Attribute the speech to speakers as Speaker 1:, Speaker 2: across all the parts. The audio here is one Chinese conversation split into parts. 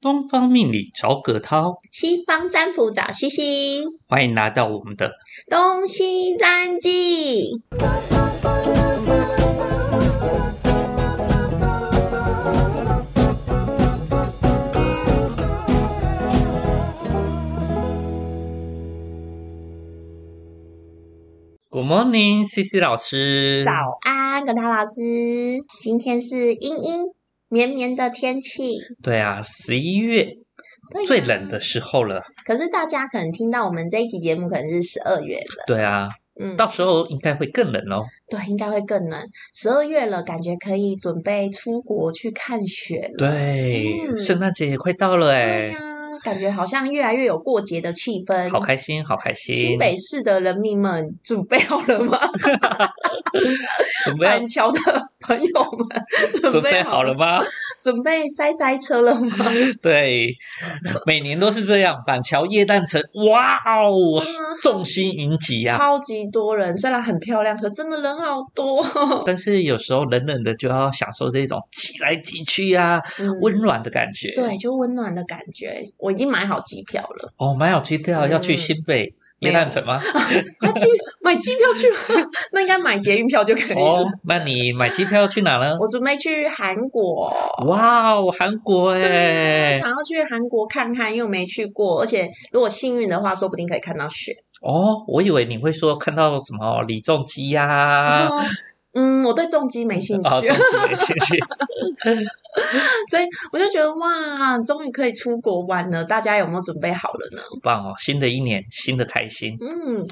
Speaker 1: 东方命理找葛涛，
Speaker 2: 西方占卜找西西，
Speaker 1: 欢迎来到我们的
Speaker 2: 东西占记。
Speaker 1: Good Morning C C 老师。
Speaker 2: 早安，葛涛老师，今天是阴阴绵绵的天气，
Speaker 1: 对啊，十一月
Speaker 2: 对啊
Speaker 1: 最冷的时候了。
Speaker 2: 可是大家可能听到我们这一期节目，可能是十二月了，
Speaker 1: 对啊，
Speaker 2: 嗯，
Speaker 1: 到时候应该会更冷哦。
Speaker 2: 对，应该会更冷。十二月了，感觉可以准备出国去看雪了。
Speaker 1: 对，
Speaker 2: 嗯
Speaker 1: 圣诞节也快到了
Speaker 2: 对
Speaker 1: 哎
Speaker 2: 呀、，感觉好像越来越有过节的气氛。
Speaker 1: 好开心，好开
Speaker 2: 新
Speaker 1: 心。
Speaker 2: 北市的人民们准备好了吗？
Speaker 1: 准备
Speaker 2: 板桥的朋友们
Speaker 1: 准备
Speaker 2: 好
Speaker 1: 好了？吗？
Speaker 2: 准备塞塞车了吗？
Speaker 1: 对，每年都是这样。板桥夜诞城，哇哦，众星云集啊！
Speaker 2: 超级多人，虽然很漂亮，可真的人好多。
Speaker 1: 但是有时候冷冷的就要享受这种挤来挤去啊，
Speaker 2: 嗯
Speaker 1: 温暖的感觉。
Speaker 2: 对，就温暖的感觉。我已经买好机票了，
Speaker 1: 哦，蛮有基调，要去
Speaker 2: 嗯
Speaker 1: 新北夜
Speaker 2: 没有
Speaker 1: 诞城吗？
Speaker 2: 啊，机买机票去吗，那应该买捷运票就 可以了。
Speaker 1: 哦，那你买机票去哪 呢？
Speaker 2: 我准备去韩国，
Speaker 1: 哇哦，韩国哎、
Speaker 2: 想要去韩国看看，又没去过，而且如果幸运的话，说不定可以看到雪。
Speaker 1: 哦，我以为你会说看到什么李仲基呀、
Speaker 2: 然
Speaker 1: 啊，
Speaker 2: 后嗯，我对重机没兴趣，
Speaker 1: 哦，仲基没进去，
Speaker 2: 所以我就觉得哇，终于可以出国玩了。大家有没有准备好了呢？
Speaker 1: 好棒哦！新的一年，新的开心。
Speaker 2: 嗯，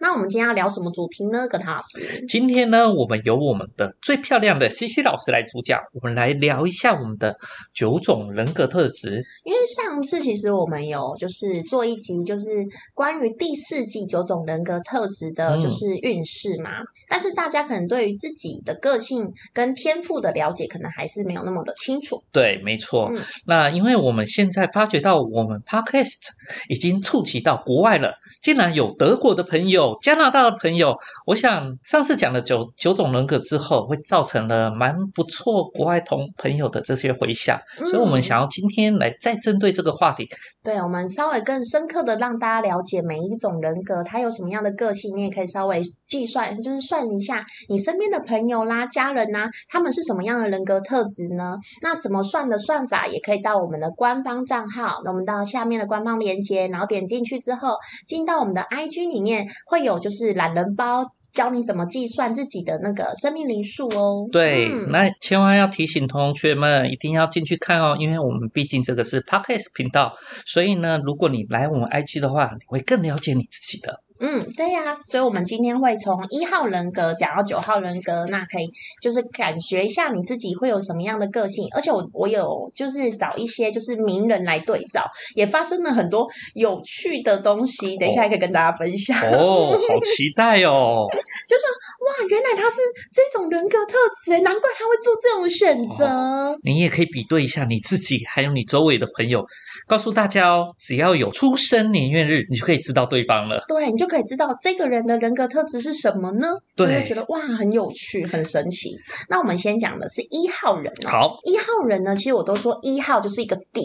Speaker 2: 那我们今天要聊什么主题呢？葛塔老师，
Speaker 1: 今天呢，我们由我们的最漂亮的西西老师来主讲，我们来聊一下我们的九种人格特质。
Speaker 2: 因为上次其实我们有就是做一集，就是关于第四季九种人格特质的，
Speaker 1: 嗯
Speaker 2: 就是运势嘛。但是大家可能对于自己的个性跟天赋的了解，可能还是没有那么的清楚。
Speaker 1: 对，没错。
Speaker 2: 嗯
Speaker 1: 那因为我们现在发觉到我们 podcast 已经触及到国外了，竟然有德国的朋友、加拿大的朋友。我想上次讲了九九种人格之后，会造成了蛮不错国外同朋友的这些回响，所以我们
Speaker 2: 嗯
Speaker 1: 想要今天来再针对这个话题。
Speaker 2: 对，我们稍微更深刻的让大家了解每一种人格，他有什么样的个性，你也可以稍微计算，就是算一下你身边的朋友啦、家人啦，他们是什么样的人格特质呢？那怎么算的算法，也可以到我们的官方账号，那我们到下面的官方链接，然后点进去之后，进到我们的 IG 里面，会有就是懒人包。教你怎么计算自己的那个生命灵数哦。
Speaker 1: 对，
Speaker 2: 嗯
Speaker 1: 那千万要提醒同学们一定要进去看哦，因为我们毕竟这个是 podcast 频道，所以呢，如果你来我们 IG 的话，你会更了解你自己的。
Speaker 2: 嗯，对呀、所以我们今天会从一号人格讲到九号人格，那可以就是感觉一下你自己会有什么样的个性，而且我我有就是找一些就是名人来对照，也发生了很多有趣的东西，等一下也可以跟大家分享。
Speaker 1: 哦，好期待哦！
Speaker 2: 就说哇，原来他是这种人格特质欸，难怪他会做这种选择。
Speaker 1: 你也可以比对一下你自己，还有你周围的朋友，告诉大家哦，只要有出生年月日，你就可以知道对方了。
Speaker 2: 对，你就可以知道这个人的人格特质是什么呢？就会
Speaker 1: 对
Speaker 2: 觉得哇，很有趣，很神奇。那我们先讲的是一号人哦，
Speaker 1: 好，
Speaker 2: 一号人呢，其实我都说一号就是一个点，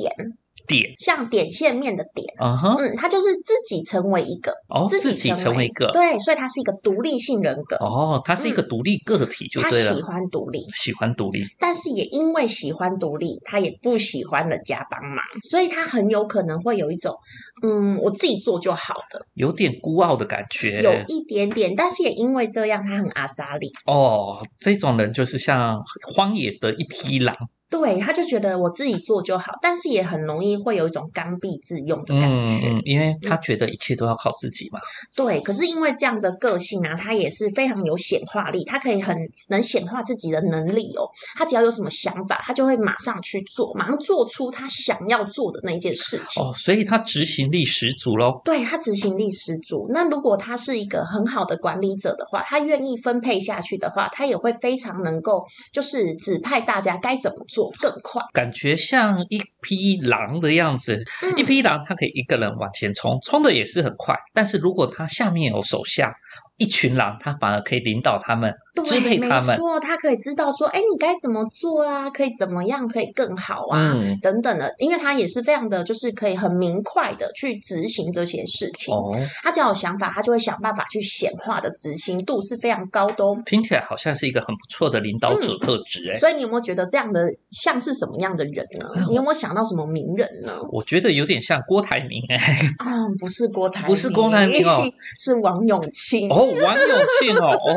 Speaker 1: 点，
Speaker 2: 像点线面的点。
Speaker 1: 嗯哼，
Speaker 2: 嗯，他就是自己成为一个，
Speaker 1: 哦，自己
Speaker 2: 己
Speaker 1: 成为一个，
Speaker 2: 对，所以他是一个独立性人格。
Speaker 1: 哦，他是一个独立个体就
Speaker 2: 他
Speaker 1: 对了
Speaker 2: 喜，欢独立，
Speaker 1: 嗯喜欢独立，
Speaker 2: 但是也因为喜欢独立，他也不喜欢人家帮忙，所以他很有可能会有一种，嗯，我自己做就好的，
Speaker 1: 有点孤傲的感觉，
Speaker 2: 有一点点。但是也因为这样，他很阿莎力，
Speaker 1: 哦，这种人就是像荒野的一匹狼，
Speaker 2: 对，他就觉得我自己做就好，但是也很容易会有一种刚愎自用的感
Speaker 1: 嗯
Speaker 2: 觉。
Speaker 1: 嗯，因为他觉得一切都要靠自己嘛。
Speaker 2: 对，可是因为这样的个性啊，他也是非常有显化力，他可以很能显化自己的能力哦。他只要有什么想法，他就会马上去做，马上做出他想要做的那一件事情。
Speaker 1: 哦，所以他执行力十足咯。
Speaker 2: 对他执行力十足。那如果他是一个很好的管理者的话，他愿意分配下去的话，他也会非常能够，就是指派大家该怎么做更快。
Speaker 1: 感觉像一匹狼的样子，一
Speaker 2: 嗯
Speaker 1: 匹狼它可以一个人往前冲，冲的也是很快。但是如果他下面有手下，一群狼，他反而可以领导他们，
Speaker 2: 对，
Speaker 1: 支配他
Speaker 2: 没
Speaker 1: 们。
Speaker 2: 错，他可以知道说，哎，你该怎么做啊？可以怎么样？可以更好啊？
Speaker 1: 嗯，
Speaker 2: 等等的，因为他也是非常的，就是可以很明快的去执行这些事情。
Speaker 1: 哦，
Speaker 2: 他只要有想法，他就会想办法去显化的执行度是非常高的哦。
Speaker 1: 听起来好像是一个很不错的领导者
Speaker 2: 嗯
Speaker 1: 特质哎、
Speaker 2: 所以你有没有觉得这样的像是什么样的人 呢？你有没有想到什么名人呢？
Speaker 1: 我觉得有点像郭台铭哎、
Speaker 2: 啊，不是郭台铭，
Speaker 1: 不是郭台铭哦，
Speaker 2: 是王永庆。
Speaker 1: 哦，王永庆哦， 哦，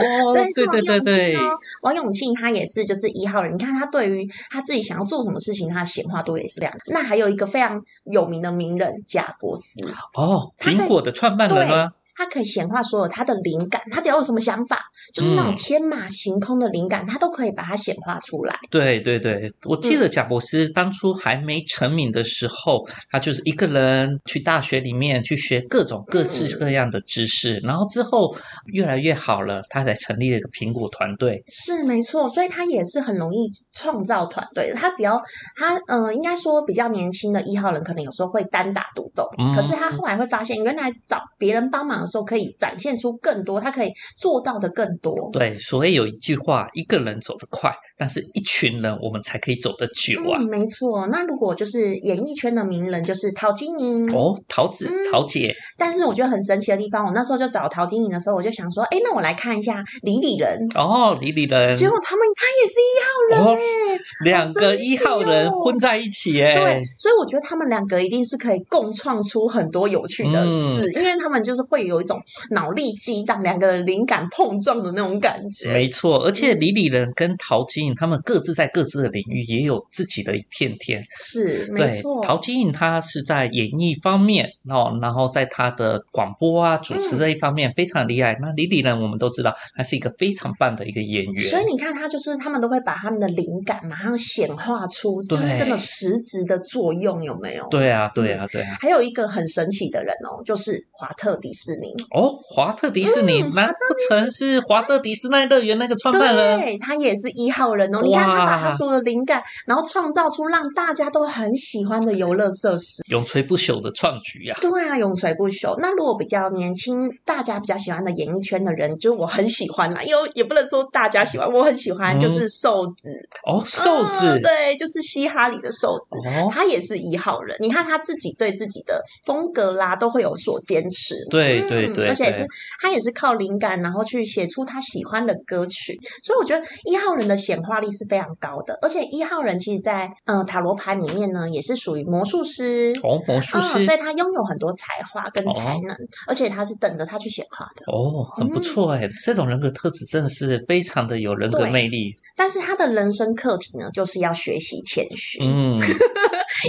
Speaker 1: 对
Speaker 2: 是王
Speaker 1: 对对
Speaker 2: 永
Speaker 1: 对
Speaker 2: 庆，哦，王永庆他也是就是一号人，你看他对于他自己想要做什么事情，他的显化度也是这样。那还有一个非常有名的名人贾伯斯，
Speaker 1: 哦，
Speaker 2: 他可以
Speaker 1: 苹果的创办人啊，
Speaker 2: 他可以显化所有他的灵感，他只要有什么想法，就是那种
Speaker 1: 嗯
Speaker 2: 天马行空的灵感，他都可以把它显化出来。
Speaker 1: 对对对，我记
Speaker 2: 嗯
Speaker 1: 得贾伯斯当初还没成名的时候，他就是一个人去大学里面去学各种各
Speaker 2: 嗯
Speaker 1: 式各样的知识，然后之后越来越好了，他才成立了一个苹果团队。
Speaker 2: 是没错，所以他也是很容易创造团队的。他只要他呃，应该说比较年轻的一号人，可能有时候会单打独斗，
Speaker 1: 嗯
Speaker 2: 可是他后来会发现，原来找别人帮忙的时候，可以展现出更多，他可以做到的更多。
Speaker 1: 对，所以有一句话，一个人走得快，但是一群人我们才可以走得久啊。
Speaker 2: 嗯，没错。那如果就是演艺圈的名人，就是陶晶莹。
Speaker 1: 哦，桃子
Speaker 2: 嗯，
Speaker 1: 桃姐，
Speaker 2: 但是我觉得很神奇的地方，我那时候就找陶晶莹的时候，我就想说，哎，那我来看一下李李仁。
Speaker 1: 哦，李李人，
Speaker 2: 结果他们他也是一号人
Speaker 1: 哦
Speaker 2: 哎、
Speaker 1: 两个一号人
Speaker 2: 好神奇哦
Speaker 1: 混在一起耶。
Speaker 2: 对，所以我觉得他们两个一定是可以共创出很多有趣
Speaker 1: 嗯
Speaker 2: 的事，因为他们就是会有一种脑力激荡、两个人灵感碰撞的那种感觉。
Speaker 1: 没错，而
Speaker 2: 嗯
Speaker 1: 且李李仁跟陶晶莹他们各自在各自的领域也有自己的一片天。
Speaker 2: 是，没
Speaker 1: 对
Speaker 2: 错，，
Speaker 1: 陶晶莹她是在演艺方面，哦，然后在她的广播啊、主
Speaker 2: 嗯
Speaker 1: 持这一方面非常厉害。那李李仁我们都知道，她是一个非常棒的一个演员。
Speaker 2: 所以你看，他就是他们都会把他们的灵感马上显化出，就是
Speaker 1: 对
Speaker 2: 真的实质的作用，有没有？。
Speaker 1: 对啊，对啊，对啊。
Speaker 2: 还有一个很神奇的人哦，就是华特迪士尼，
Speaker 1: 哦，华特迪士尼，
Speaker 2: 嗯
Speaker 1: 难不成是华特迪士尼乐园那个创办人？
Speaker 2: 对他也是一号人哦。你看他把他
Speaker 1: 哇
Speaker 2: 所有的灵感，然后创造出让大家都很喜欢的游乐设施。
Speaker 1: 永垂不朽的创举呀、
Speaker 2: 对啊，永垂不朽。那如果比较年轻，大家比较喜欢的演艺圈的人，就是我很喜欢啦，因为也不能说大家喜欢，我很喜欢
Speaker 1: 嗯
Speaker 2: 就是瘦子，
Speaker 1: 哦，瘦
Speaker 2: 哦
Speaker 1: 子，
Speaker 2: 对，就是嘻哈里的瘦子。
Speaker 1: 哦，
Speaker 2: 他也是一号人，你看他自己对自己的风格啦，都会有所坚持。
Speaker 1: 对对
Speaker 2: 嗯
Speaker 1: 对
Speaker 2: 而且
Speaker 1: 对
Speaker 2: 是他也是靠灵感，然后去写出他喜欢的歌曲。所以我觉得一号人的显化力是非常高的，而且一号人其实在，呃塔罗牌里面呢，也是属于魔术师。
Speaker 1: 哦，魔术
Speaker 2: 嗯，
Speaker 1: 师
Speaker 2: 所，以他拥有很多才华跟才能，而且他是等着他去显化的。
Speaker 1: 哦，很
Speaker 2: 嗯
Speaker 1: 不错哎，这种人格特质真的是非常的有人格
Speaker 2: 对
Speaker 1: 魅力。
Speaker 2: 但是他的人生课题呢，就是要学习谦虚，
Speaker 1: 嗯，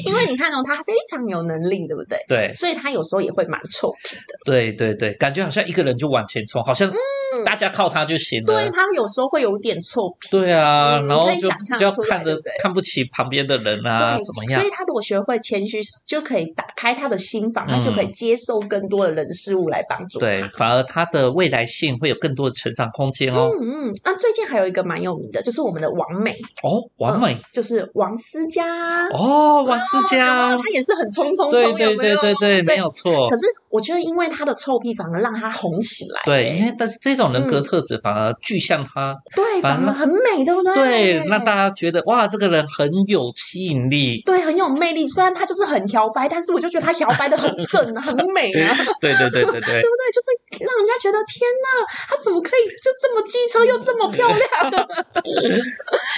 Speaker 2: 因为你看哦，他非常有能力，对不对？
Speaker 1: 对
Speaker 2: 所以他有时候也会蛮臭屁的，
Speaker 1: 对对对，感觉好像一个人就往前冲，好像嗯大家靠他就行
Speaker 2: 嗯对
Speaker 1: 了。
Speaker 2: 他有时候会有点臭屁。
Speaker 1: 对啊，
Speaker 2: 嗯
Speaker 1: 然后
Speaker 2: 可以
Speaker 1: 就
Speaker 2: 想象
Speaker 1: 就要
Speaker 2: 出来
Speaker 1: 看
Speaker 2: 对
Speaker 1: 着
Speaker 2: 不对
Speaker 1: 看不起旁边的人啊，
Speaker 2: 对
Speaker 1: 怎么样
Speaker 2: 所以？他如果学会谦虚，就可以打开他的心房，他就可以接受更多的人事物来帮助
Speaker 1: 嗯
Speaker 2: 他。
Speaker 1: 对，反而他的未来性会有更多的成长空间哦。
Speaker 2: 嗯嗯，那最近还有一个蛮有名的，就是我们的王美，
Speaker 1: 哦，完美
Speaker 2: 就是王思佳，啊
Speaker 1: 哦，王思佳
Speaker 2: 她，也是很冲冲冲，
Speaker 1: 对
Speaker 2: 嗯有
Speaker 1: 对
Speaker 2: 没有
Speaker 1: 对对对，没有错
Speaker 2: 可。是我觉得，因为他的臭屁反而让他红起来、
Speaker 1: 对，因为但是这种人格
Speaker 2: 嗯
Speaker 1: 特质反而具象他，
Speaker 2: 对，
Speaker 1: 反
Speaker 2: 反而
Speaker 1: 而
Speaker 2: 很美，对不对？
Speaker 1: 对，让大家觉得哇，这个人很有吸引力。
Speaker 2: 对很有魅力。虽然他就是很摇摆，但是我就觉得他摇摆的很 正啊，很美啊，对
Speaker 1: 对对对对 对
Speaker 2: 不对？就是让人家觉得天哪，他怎么可以就这么机车又这么漂亮？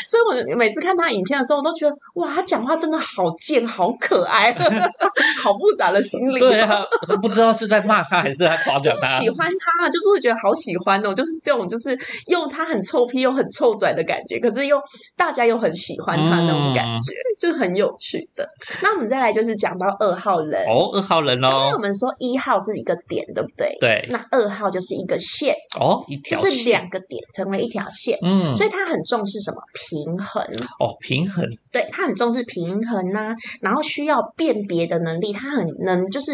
Speaker 2: 所以我每次看他影片的时候，我都觉得哇，他讲话真的好贱，好可 爱，好复杂的心理。
Speaker 1: 对啊，不知道是在骂他还是在夸奖他
Speaker 2: 喜。欢他，就是会觉得好喜欢哦，就是这种，就是用他很臭屁又很臭拽的感觉，可是又大家又很喜欢他那种感觉，
Speaker 1: 嗯
Speaker 2: 就很有趣的。那我们再来就是讲到二号人，
Speaker 1: 哦，二号人
Speaker 2: 因为我
Speaker 1: 哦，
Speaker 2: 们说一号是一个点，对不对？
Speaker 1: 对，
Speaker 2: 那二号就是一个线，
Speaker 1: 哦，一
Speaker 2: 就
Speaker 1: 条
Speaker 2: 是
Speaker 1: 线，
Speaker 2: 两个点成为一条线。
Speaker 1: 嗯，
Speaker 2: 所以他很重视什么平衡，
Speaker 1: 哦，平衡，
Speaker 2: 对他很重视平衡呐、然后需要辨别的能力，他很能就是，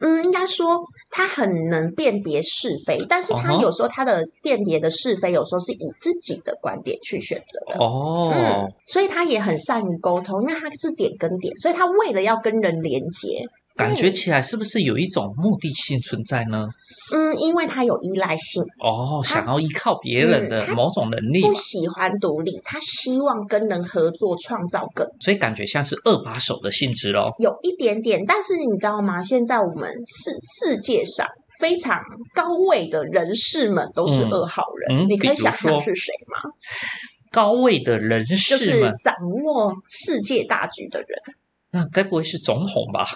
Speaker 2: 嗯，应该说他很能辨别是非，但是他
Speaker 1: 哦吼
Speaker 2: 有时候他的辨别的是非，有时候是以自己的观点去选择的。嗯
Speaker 1: 哦
Speaker 2: 嗯，，所以他也很善于沟通，因为他是点跟点，所以他为了要跟人连接，
Speaker 1: 感觉起来是不是有一种目的性存在呢？
Speaker 2: 嗯，因为他有依赖性，
Speaker 1: 哦，
Speaker 2: 他
Speaker 1: 想要依靠别人
Speaker 2: 嗯
Speaker 1: 的
Speaker 2: 他
Speaker 1: 某种能力嘛
Speaker 2: 不，喜欢独立，他希望跟人合作，创造更
Speaker 1: 所以感觉像是二把手的性质咯。
Speaker 2: 有一点点。但是你知道吗？现在我们世世界上非常高位的人士们都是
Speaker 1: 嗯
Speaker 2: 二号人，
Speaker 1: 嗯
Speaker 2: 你
Speaker 1: 比
Speaker 2: 可以
Speaker 1: 如
Speaker 2: 想象
Speaker 1: 说
Speaker 2: 是谁吗？
Speaker 1: 高位的人
Speaker 2: 就是
Speaker 1: 士们，
Speaker 2: 掌握世界大局的人，
Speaker 1: 那该不会是总统吧？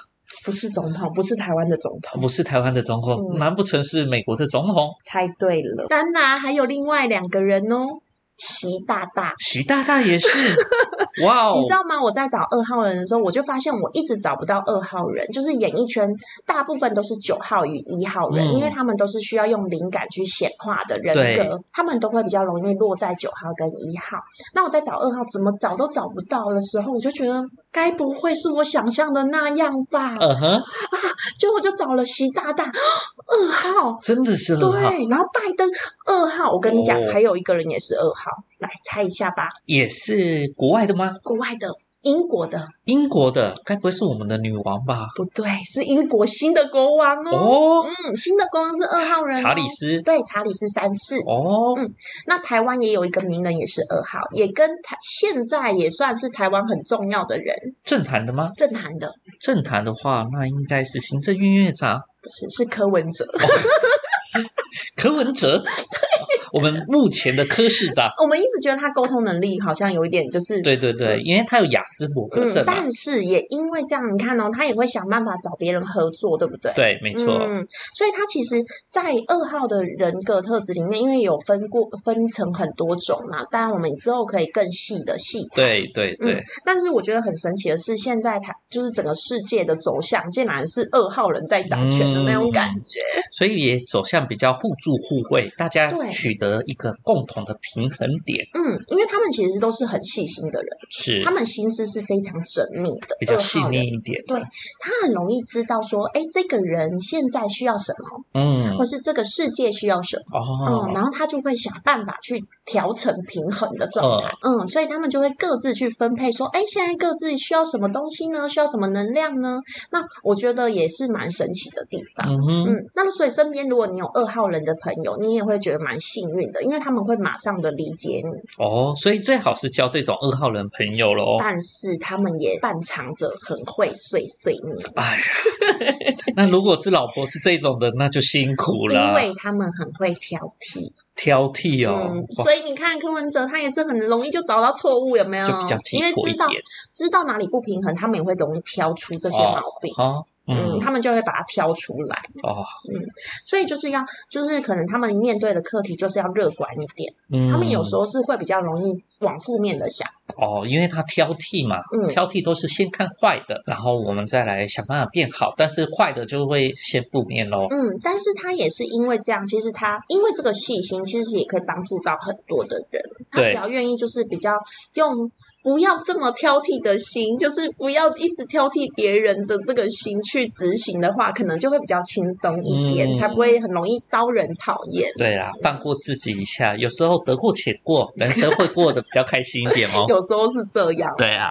Speaker 2: 不是总统，不是台湾的总统。
Speaker 1: 不是台湾的总统，
Speaker 2: 嗯
Speaker 1: 难不成是美国的总统？
Speaker 2: 猜对了，当然还有另外两个人哦，习大大。
Speaker 1: 习大大 也是，哇哦
Speaker 2: 你知！道吗？我在找二号人的时候，我就发现我一直找不到二号人，就是演艺圈大部分都是九号与一号人，
Speaker 1: 嗯
Speaker 2: 因为他们都是需要用灵感去显化的人
Speaker 1: 对
Speaker 2: 格，他们都会比较容易落在九号跟一号。那我在找二号，怎么找都找不到的时候，我就觉得该不会是我想象的那样吧？
Speaker 1: 嗯哼，
Speaker 2: 结果我就找了习大大二号，
Speaker 1: 真的是很嗯好，
Speaker 2: 对，然后拜登二号，我跟你讲，
Speaker 1: 哦
Speaker 2: 还有一个人也是二号，来猜一下吧，
Speaker 1: 也是国外的吗？
Speaker 2: 国外的。英国的
Speaker 1: 英国的，该不会是我们的女王吧？
Speaker 2: 不对，是英国新的国王哦。
Speaker 1: 哦，
Speaker 2: 嗯，新的国王是二号人、哦，
Speaker 1: 查理斯，
Speaker 2: 对，查理斯三世。
Speaker 1: 哦，
Speaker 2: 那台湾也有一个名人，也是二号，也跟台现在也算是台湾很重要的人，
Speaker 1: 政坛的吗？
Speaker 2: 政坛的
Speaker 1: 政坛的话，那应该是行政院院长
Speaker 2: 不是是柯文哲。
Speaker 1: 柯文哲，我们目前的柯市长。
Speaker 2: 我们一直觉得他沟通能力好像有一点就是
Speaker 1: 对啊对对，因为他有雅斯伯格
Speaker 2: 嗯
Speaker 1: 症，嘛。
Speaker 2: 但是也因为这样，你看哦，他也会想办法找别人合作，对不对？
Speaker 1: 对，没错。
Speaker 2: 嗯，所以他其实，在二号的人格特质里面，因为有分过分成很多种嘛，当然我们之后可以更细的细。
Speaker 1: 对对对，
Speaker 2: 嗯但是我觉得很神奇的是，现在台就是整个世界的走向，竟然是二号人在掌权的那
Speaker 1: 嗯
Speaker 2: 种感觉。
Speaker 1: 所以也走向比较互助互惠，大家
Speaker 2: 对
Speaker 1: 取得一个共同的平衡点，
Speaker 2: 嗯因为他们其实都是很细心的人，
Speaker 1: 是
Speaker 2: 他们心思是非常缜密的，
Speaker 1: 比较
Speaker 2: 二
Speaker 1: 细
Speaker 2: 号
Speaker 1: 腻
Speaker 2: 人
Speaker 1: 一点。
Speaker 2: 他很容易知道说，哎，这个人现在需要什么，
Speaker 1: 嗯，
Speaker 2: 或是这个世界需要什么。
Speaker 1: 哦
Speaker 2: 嗯，，然后他就会想办法去调成平衡的状态，嗯，所以他们就会各自去分配，说，哎，现在各自需要什么东西呢？需要什么能量呢？那我觉得也是蛮神奇的地方。
Speaker 1: 嗯哼，
Speaker 2: 嗯，那所以身边如果你有二号人的朋友，你也会觉得蛮幸运的，因为他们会马上的理解你，
Speaker 1: 哦，所以最好是交这种二号人朋友喽。
Speaker 2: 但是他们也伴藏着很会碎碎念，
Speaker 1: 哎呀， 那如果是老婆是这种的，那就辛苦
Speaker 2: 因
Speaker 1: 了，
Speaker 2: 为他们很会挑剔。
Speaker 1: 挑剔哦
Speaker 2: 嗯，，
Speaker 1: 哇
Speaker 2: 所以你看柯文哲他也是很容易就找到错误，有没有
Speaker 1: 就比较？急
Speaker 2: 因为
Speaker 1: 迫一
Speaker 2: 知道
Speaker 1: 点
Speaker 2: 知道哪里不平衡，他们也会容易挑出这些
Speaker 1: 哦
Speaker 2: 毛病。
Speaker 1: 哦，
Speaker 2: 嗯，
Speaker 1: 嗯，
Speaker 2: 他们就会把它挑出来，嗯
Speaker 1: 哦，
Speaker 2: 所以就是要，就是可能他们面对的课题就是要乐观一点。
Speaker 1: 嗯，
Speaker 2: 他们有时候是会比较容易往负面的想，
Speaker 1: 哦，因为他挑剔嘛，
Speaker 2: 嗯
Speaker 1: 挑剔都是先看坏的，然后我们再来想办法变好，但是坏的就会先负面喽。
Speaker 2: 嗯，但是他也是因为这样，其实他因为这个细心，其实也可以帮助到很多的人。他
Speaker 1: 对
Speaker 2: 只要愿意，就是比较用不要这么挑剔的心，就是不要一直挑剔别人的这个心去执行的话，可能就会比较轻松一点，
Speaker 1: 嗯
Speaker 2: 才不会很容易招人讨厌。
Speaker 1: 对啦，放过自己一下，有时候得过且过，人生会过得比较开心一点哦。
Speaker 2: 有时候是这样。
Speaker 1: 对啊，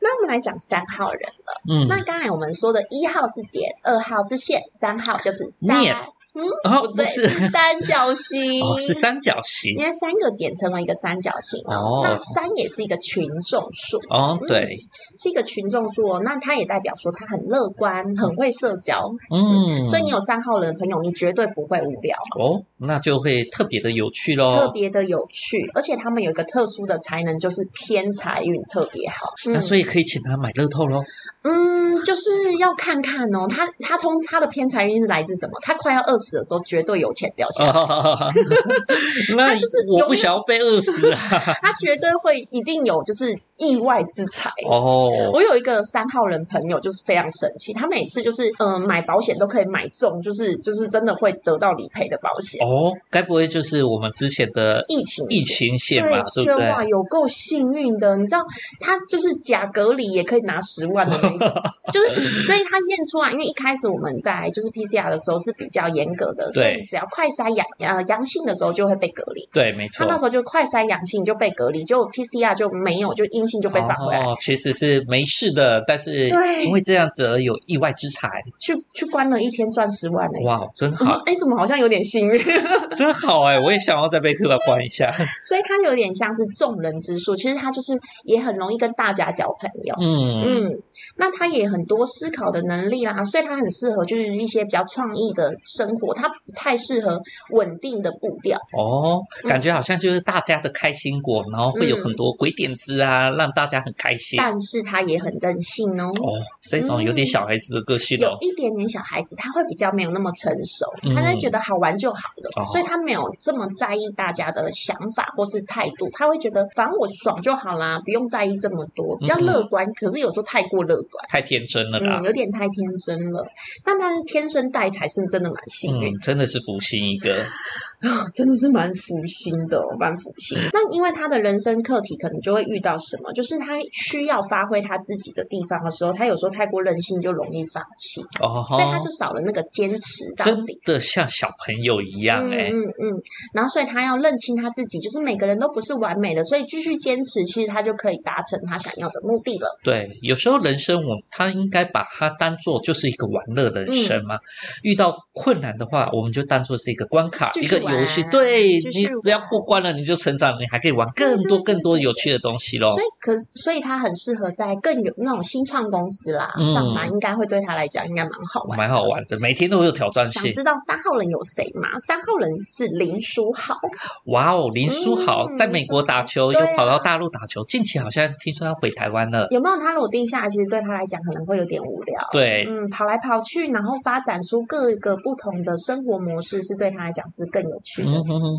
Speaker 2: 那我们来讲三号人。
Speaker 1: 嗯，
Speaker 2: 那刚才我们说的一号是点，二号是线，三号就是三。
Speaker 1: 面
Speaker 2: 嗯，
Speaker 1: 哦
Speaker 2: 不对，
Speaker 1: 不是
Speaker 2: 是三角形。
Speaker 1: 哦是三角形
Speaker 2: 因为三个点成为一个三角形哦，
Speaker 1: 哦
Speaker 2: 那三也是一个群众数，
Speaker 1: 哦，对，
Speaker 2: 是一个群众数哦，那它也代表说他很乐观，很会社交，
Speaker 1: 嗯，
Speaker 2: 所以你有三号人的朋友，你绝对不会无聊，
Speaker 1: 哦，那就会特别的有趣
Speaker 2: 特
Speaker 1: 喽。
Speaker 2: 别的有趣，而且他们有一个特殊的才能，就是偏财运特别好。
Speaker 1: 那
Speaker 2: 嗯
Speaker 1: 所以可以请他买乐透喽。
Speaker 2: 嗯，就是要看看哦，他他通他的偏财运是来自什么？他快要饿死的时候，绝对有钱掉下来，
Speaker 1: 哦那
Speaker 2: 就是
Speaker 1: 我
Speaker 2: 永
Speaker 1: 不
Speaker 2: 远
Speaker 1: 想要被饿死 啊！
Speaker 2: 他绝对会一定有就是意外之财。
Speaker 1: 哦，
Speaker 2: 我有一个三号人朋友，就是非常神奇，他每次就是嗯、呃买保险都可以买中，就是就是真的会得到理赔的保险。
Speaker 1: 哦，该不会就是我们之前的
Speaker 2: 疫情
Speaker 1: 疫情险吧？对
Speaker 2: 圈
Speaker 1: 不对？
Speaker 2: 哇，有够幸运的，你知道他就是假隔离也可以拿十万的那一种， 就是所以它验出来，因为一开始我们在就是 PCR 的时候是比较严格的，所以
Speaker 1: 对
Speaker 2: 只要快筛阳呃阳性的时候就会被隔离。
Speaker 1: 对，没错
Speaker 2: 他。那时候就快筛阳性就被隔离，就 PCR 就没有，就阴性就被返回来，
Speaker 1: 哦，其实是没事的，但是
Speaker 2: 对
Speaker 1: 因为这样子而有意外之财，
Speaker 2: 去去关了一天赚十万呢、
Speaker 1: 哇，真
Speaker 2: 嗯
Speaker 1: 好，
Speaker 2: 哎、怎么好像有点幸运？
Speaker 1: 真好哎、我也想要再被客观一下。
Speaker 2: 所以它有点像是众人之术，其实它就是也很容易跟大家交朋友。
Speaker 1: 嗯，
Speaker 2: 嗯，那他也很多思考的能力啦，所以他很适合就是一些比较创意的生活，他不太适合稳定的步调。
Speaker 1: 哦，感觉好像就是大家的开心果，然后会有很多鬼点子啊，让大家很开心。
Speaker 2: 但是他也很任性哦。
Speaker 1: 哦，这种有点小孩子的个性
Speaker 2: 嗯有
Speaker 1: 哦。
Speaker 2: 一点点小孩子，他会比较没有那么成熟，
Speaker 1: 嗯
Speaker 2: 他会觉得好玩就好了，
Speaker 1: 哦
Speaker 2: 所以他没有这么在意大家的想法或是态度，他会觉得反正我爽就好啦，不用在意这么多，比较乐观。可是有时候太过乐观，
Speaker 1: 太天真了嗯啦
Speaker 2: 嗯，，有点太天真了。但他是天生带财，是真的蛮幸运的
Speaker 1: 嗯，真的是福星一 个，嗯
Speaker 2: 真的是蛮福星的、哦，蛮福星。那因为他的人生课题可能就会遇到什么，就是他需要发挥他自己的地方的时候，他有时候太过任性就容易放弃，
Speaker 1: 哦，
Speaker 2: 所以他就少了那个坚持到
Speaker 1: 真
Speaker 2: 底。
Speaker 1: 的像小朋友一样
Speaker 2: 嗯
Speaker 1: 哎、
Speaker 2: 嗯嗯，然后所以他要认清他自己，就是每个人都不是完美的，所以继续坚持，其实他就可以达成他想要的目的了。
Speaker 1: 对，有时候人生我他应该把它当做就是一个玩乐
Speaker 2: 嗯
Speaker 1: 人生嘛。遇到困难的话，我们就当做是一个关卡，
Speaker 2: 继
Speaker 1: 一
Speaker 2: 续
Speaker 1: 个游戏。
Speaker 2: 玩
Speaker 1: 对
Speaker 2: 继
Speaker 1: 你
Speaker 2: 续
Speaker 1: 只要
Speaker 2: 玩
Speaker 1: 过关了，你就成长，你还可以玩更
Speaker 2: 对
Speaker 1: 多
Speaker 2: 对
Speaker 1: 更多
Speaker 2: 对
Speaker 1: 有趣的东西喽
Speaker 2: 所。以可所以他很适合在更有那种新创公司啦、
Speaker 1: 嗯
Speaker 2: 上班，应该会对他来讲应该蛮好玩的，
Speaker 1: 蛮好玩的，每天都有挑战
Speaker 2: 想
Speaker 1: 性。
Speaker 2: 知道三号人有谁吗？三号人是林书豪，
Speaker 1: 哇哦，林书豪
Speaker 2: 嗯
Speaker 1: 在
Speaker 2: 林
Speaker 1: 美
Speaker 2: 书
Speaker 1: 国
Speaker 2: 豪
Speaker 1: 打球，
Speaker 2: 对
Speaker 1: 又跑到
Speaker 2: 啊
Speaker 1: 大陆打球，近期好像听说他回台湾了。
Speaker 2: 有没有他裸定下来？其实对他来讲可能会有点无聊。
Speaker 1: 对，
Speaker 2: 嗯，跑来跑去，然后发展出各个不同的生活模式，是对他来讲是更有趣的。
Speaker 1: 嗯哼哼，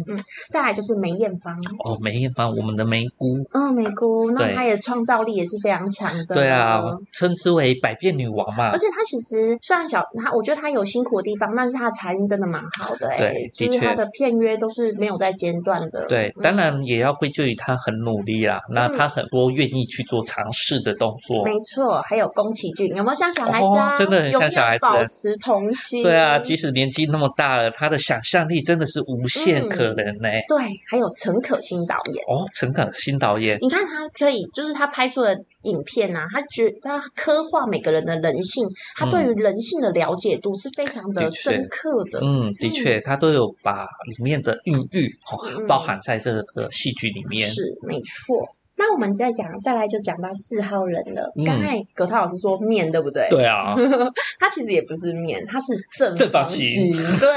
Speaker 2: 再来就是梅艳芳，
Speaker 1: 哦，梅艳芳，我们的梅姑，
Speaker 2: 嗯，美姑，
Speaker 1: 对
Speaker 2: 那她也创造力也是非常强的。
Speaker 1: 对啊，称之为百变女王嘛
Speaker 2: 而。且她其实虽然小，她我觉得她有辛苦的地方，但是她的财运真的蛮好的、欸，
Speaker 1: 对的
Speaker 2: 就是她
Speaker 1: 确
Speaker 2: 的片约都是没有在间断的。
Speaker 1: 对，
Speaker 2: 嗯
Speaker 1: 当然也要归咎于她很努力啦，那她很多愿意去做尝试的动作。
Speaker 2: 没错，还有宫崎骏，有没有像小孩子啊？
Speaker 1: 哦真的很像小孩子
Speaker 2: 永远保持童心。
Speaker 1: 对啊，即使年纪那么大了，她的想象力真的是无限可能呢、
Speaker 2: 对，还有陈可辛导演，
Speaker 1: 哦，陈可辛导演，
Speaker 2: 你看他可以，就是他拍出的影片啊，他觉他刻画每个人的人性，他对于人性的了解度是非常
Speaker 1: 嗯的
Speaker 2: 的
Speaker 1: 确
Speaker 2: 深刻的。
Speaker 1: 嗯，的确，他都有把里面的孕育哦
Speaker 2: 嗯
Speaker 1: 包含在这个戏剧里面。
Speaker 2: 是没错。那我们再讲，再来就讲到四号人了。
Speaker 1: 嗯
Speaker 2: 刚才葛涛老师说面对不对？
Speaker 1: 对啊，
Speaker 2: 嗯它其实也不是面，它是正
Speaker 1: 正方
Speaker 2: 方
Speaker 1: 形
Speaker 2: 形。对，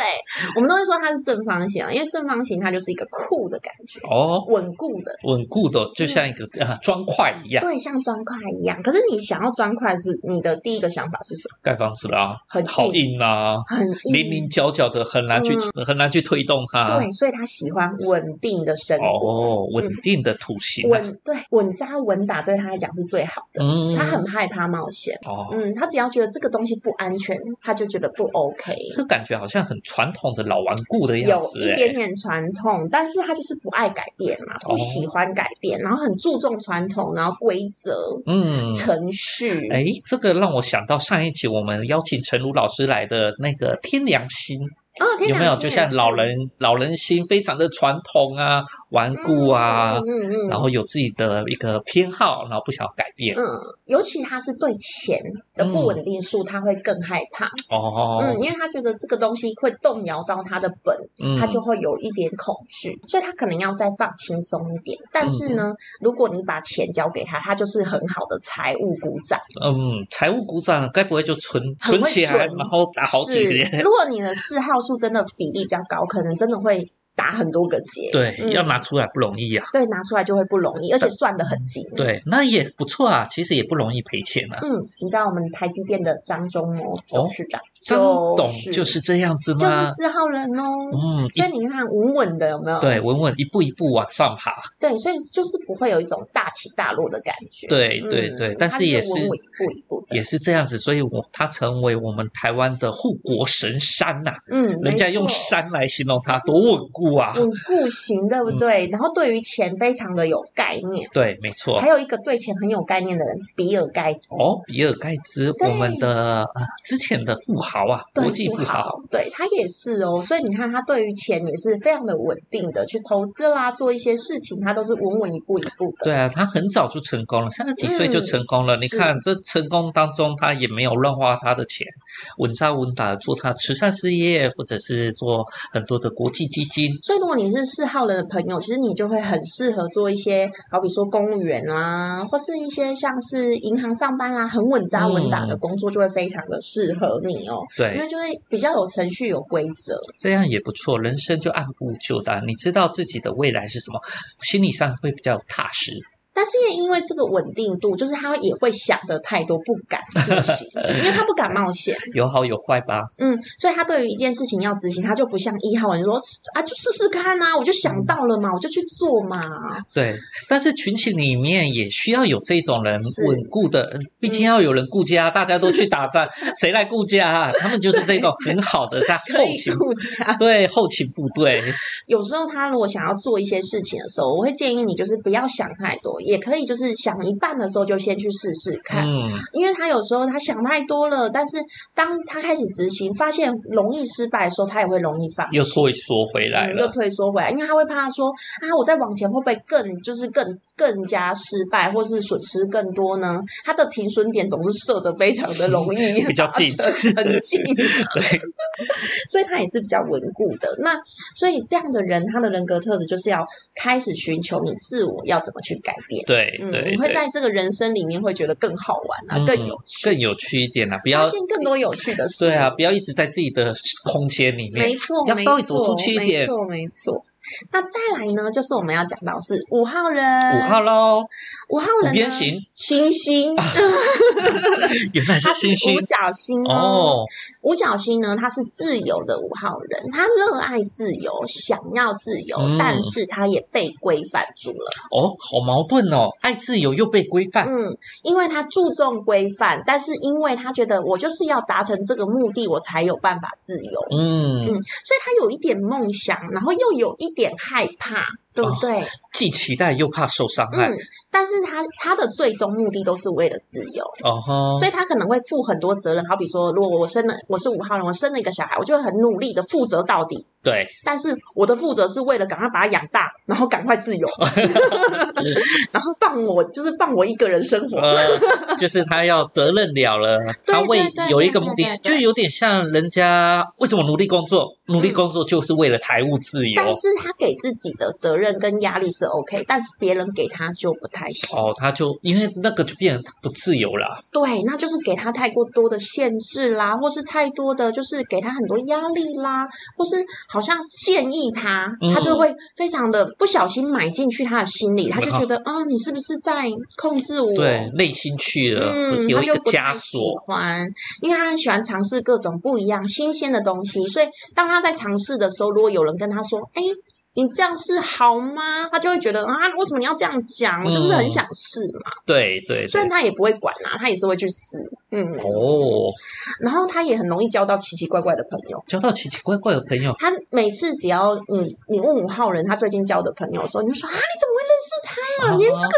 Speaker 2: 我们都会说它是正方形啊，因为正方形它就是一个酷的感觉，
Speaker 1: 哦，
Speaker 2: 稳固的，
Speaker 1: 稳固的，就像一个啊砖块一样
Speaker 2: 对，像砖块一样。可是你想要砖块是你的第一个想法是什么？
Speaker 1: 盖房子啦，
Speaker 2: 很硬
Speaker 1: 好硬啊，
Speaker 2: 很
Speaker 1: 零
Speaker 2: 硬。
Speaker 1: 零角角的，很难去很难去推动它。
Speaker 2: 嗯对，所以他喜欢稳定的生活，
Speaker 1: 啊哦，稳定的土型啊，
Speaker 2: 稳对稳扎稳打对他来讲是最好的。
Speaker 1: 嗯，
Speaker 2: 他很害怕冒险，
Speaker 1: 哦，
Speaker 2: 嗯，他只要觉得这个东西不安全，他就觉得不 OK。
Speaker 1: 嗯这感觉好像很传统的老顽固的样
Speaker 2: 有
Speaker 1: 子
Speaker 2: 一点
Speaker 1: 哎。
Speaker 2: 点传统，但是他就是不爱改变嘛，
Speaker 1: 哦
Speaker 2: 不喜欢改变，然后很注重传统，然后规则、
Speaker 1: 嗯，
Speaker 2: 程序。
Speaker 1: 哎，这个让我想到上一集我们邀请陈如老师来的那个天良心，
Speaker 2: 哦，天
Speaker 1: 有
Speaker 2: 哪
Speaker 1: 没有？
Speaker 2: 这
Speaker 1: 就
Speaker 2: 也
Speaker 1: 像
Speaker 2: 是
Speaker 1: 老人老人心，非常的传统啊，顽固啊
Speaker 2: 嗯，嗯嗯，
Speaker 1: 然后有自己的一个偏好，然后不想改变。
Speaker 2: 嗯，尤其他是对钱的不
Speaker 1: 嗯
Speaker 2: 稳定数，他会更害怕。
Speaker 1: 哦，
Speaker 2: 嗯，因为他觉得这个东西会动摇到他的本，
Speaker 1: 嗯
Speaker 2: 他就会有一点恐惧，所以他可能要再放轻松一点。但是呢，
Speaker 1: 嗯
Speaker 2: 如果你把钱交给他，他就是很好的财务鼓掌，
Speaker 1: 嗯，财务股长该不会就存
Speaker 2: 很
Speaker 1: 存
Speaker 2: 会
Speaker 1: 起来，
Speaker 2: 存
Speaker 1: 然后打啊好几
Speaker 2: 是
Speaker 1: 年？
Speaker 2: 如果你的嗜好数真的比例比较高，可能真的会打很多个结。
Speaker 1: 对，
Speaker 2: 嗯
Speaker 1: 要拿出来不容易啊。
Speaker 2: 对，拿出来就会不容易，而且算得很精。。
Speaker 1: 对，那也不错啊，其实也不容易赔钱啊。
Speaker 2: 嗯，你知道我们台积电的张忠谋董事长，
Speaker 1: 哦张董
Speaker 2: 是
Speaker 1: 就是这样子
Speaker 2: 就是
Speaker 1: 吗？
Speaker 2: 四号人哦，
Speaker 1: 嗯，
Speaker 2: 所以
Speaker 1: 一
Speaker 2: 你看稳稳的有没有？
Speaker 1: 对，稳稳一步一步往上爬，
Speaker 2: 对，所以就是不会有一种大起大落的感觉。
Speaker 1: 对
Speaker 2: 嗯
Speaker 1: 对对但
Speaker 2: 它
Speaker 1: 是也是
Speaker 2: 稳稳一步一步的。
Speaker 1: 也是这样子，所以我他成为我们台湾的护国神山呐、
Speaker 2: 嗯，
Speaker 1: 人家
Speaker 2: 没
Speaker 1: 用
Speaker 2: 错嗯
Speaker 1: 山来形容他，多稳固固啊。嗯
Speaker 2: 稳固型，对不对？然后对于钱非常的有概念。
Speaker 1: 对，没错
Speaker 2: 还。有一个对钱很有概念的人，比尔盖茨。
Speaker 1: 哦，比尔盖茨，
Speaker 2: 对
Speaker 1: 我们的呃之前的富豪啊，
Speaker 2: 对
Speaker 1: 国际富豪，
Speaker 2: 好，对他也是哦，所以你看他对于钱也是非常的稳定的，去投资啦，做一些事情，他都是稳稳一步一步的。
Speaker 1: 对啊，他很早就成功了，三十几岁就
Speaker 2: 嗯
Speaker 1: 成功了。你
Speaker 2: 是
Speaker 1: 看这成功当中，他也没有乱花他的钱，稳扎稳打地做他慈善事业，或者是做很多的国际基金。
Speaker 2: 所以，如果你是四号人的朋友，其实你就会很适合做一些，好比说公务员啊，或是一些像是银行上班啊，很稳扎稳打的
Speaker 1: 嗯
Speaker 2: 工作，就会非常的适合你哦。因
Speaker 1: 对，
Speaker 2: 为就会比较有程序、有规则。
Speaker 1: 这样也不错，人生就按部就班，你知道自己的未来是什么，心理上会比较踏实。
Speaker 2: 但是也因为这个稳定度，就是他也会想的太多，不敢执 行，因为他不敢冒险。
Speaker 1: 有好有坏吧？
Speaker 2: 嗯，所以他对于一件事情要执行，他就不像一号人说啊，就试试看啊，我就想
Speaker 1: 嗯
Speaker 2: 到了嘛，我就去做嘛。
Speaker 1: 对，但是群体里面也需要有这种人
Speaker 2: 是嗯
Speaker 1: 稳固的，毕竟要有人顾家，大家都去打 仗，谁来顾家啊？他们就是这种很好的在
Speaker 2: 可
Speaker 1: 后
Speaker 2: 以
Speaker 1: 勤，
Speaker 2: 顾家，
Speaker 1: 对后勤部队，
Speaker 2: 有时候他如果想要做一些事情的时候，我会建议你就是不要想太多，也可以就是想一半的时候就先去试试 看，
Speaker 1: 嗯，
Speaker 2: 因为他有时候他想太多了，但是当他开始执行，发现容易失败的时候，他也会容易放弃。
Speaker 1: 又会缩回来
Speaker 2: 嗯，又
Speaker 1: 了。
Speaker 2: 退缩回来，因为他会怕说啊，我再往前会不会更就是更更加失败，或是损失更多呢？他的停损点总是设的非常的容易
Speaker 1: ，比较近
Speaker 2: 很近，对，所以他也是比较稳固的。那所以这样的人，他的人格特质就是要开始寻求你自我要怎么去改变，
Speaker 1: 对
Speaker 2: 嗯，
Speaker 1: 对
Speaker 2: 你会
Speaker 1: 对，
Speaker 2: 在这个人生里面会觉得更好玩啊，
Speaker 1: 嗯
Speaker 2: 更有趣，
Speaker 1: 更有趣一点啊！不
Speaker 2: 发
Speaker 1: 要
Speaker 2: 现更多有趣的事，
Speaker 1: 对啊，不要一直在自己的空间里面
Speaker 2: 没。错，
Speaker 1: 要
Speaker 2: 没
Speaker 1: 稍微走
Speaker 2: 错
Speaker 1: 出去一点
Speaker 2: 没错，没错。那再来呢，就是我们要讲到是五号人，
Speaker 1: 五号喽，
Speaker 2: 五号人
Speaker 1: 五
Speaker 2: 呢
Speaker 1: 边，形
Speaker 2: 星星，
Speaker 1: 原来是
Speaker 2: 他是
Speaker 1: 星星
Speaker 2: 五角星哦。
Speaker 1: 哦，
Speaker 2: 五角星呢，他是自由的五号人，他热爱自由，想要自由，
Speaker 1: 嗯
Speaker 2: 但是他也被规范住了。
Speaker 1: 哦，好矛盾哦，爱自由又被规范，
Speaker 2: 嗯，因为他注重规范，但是因为他觉得我就是要达成这个目的，我才有办法自由。
Speaker 1: 嗯，
Speaker 2: 嗯，所以他有一点梦想，然后又有一点害怕，对不
Speaker 1: 哦哎
Speaker 2: 对？
Speaker 1: 既期待又怕受伤害，
Speaker 2: 嗯，但是他他的最终目的都是为了自由，
Speaker 1: 哦吼，
Speaker 2: 所以他可能会负很多责任。好比说，如果我生了我是五号人，我生了一个小孩，我就会很努力的负责到底。
Speaker 1: 对，
Speaker 2: 但是我的负责是为了赶快把他养大，然后赶快 自由，然后放我就是放我一个人生活。
Speaker 1: 呃， 就是他要责任了了，
Speaker 2: 对
Speaker 1: 他为
Speaker 2: 对对
Speaker 1: 有一
Speaker 2: 对
Speaker 1: 个
Speaker 2: 对
Speaker 1: 目
Speaker 2: 对
Speaker 1: 的，就
Speaker 2: 对
Speaker 1: 有点像人家为什么努力工作，努力
Speaker 2: 嗯
Speaker 1: 工作就是为了财务自由
Speaker 2: 但。是他给自己的责任跟压力是 OK，但是别人给他就不太行。
Speaker 1: 哦，他就因为那个就变得不自由啦，
Speaker 2: 对，那就是给他太过多的限制啦，或是太多的就是给他很多压力啦，或是好像建议他，他就
Speaker 1: 嗯
Speaker 2: 会非常的不小心买进去他的心里，他就觉得啊、你是不是在控制我？
Speaker 1: 对，内心去了、
Speaker 2: 嗯，
Speaker 1: 有
Speaker 2: 他
Speaker 1: 一
Speaker 2: 就
Speaker 1: 个
Speaker 2: 不太
Speaker 1: 枷
Speaker 2: 喜
Speaker 1: 锁，
Speaker 2: 欢，因为他很喜欢尝试各种不一样、新鲜的东西，所以当他在尝试的时候，如果有人跟他说：“哎、你这样是好吗？”他就会觉得啊，为什么你要这样讲？我就是很
Speaker 1: 嗯
Speaker 2: 想试嘛。
Speaker 1: 对对
Speaker 2: 虽
Speaker 1: 对
Speaker 2: 然，他也不会管啊，他也是会去试。嗯，
Speaker 1: 嗯哦，
Speaker 2: 然后他也很容易交到奇奇怪怪的朋友。
Speaker 1: 交到奇奇怪怪的朋友，
Speaker 2: 他每次只要你你问五号人他最近交的朋友的时候，你就说啊，你怎么会认识他呀、
Speaker 1: 啊
Speaker 2: 连这个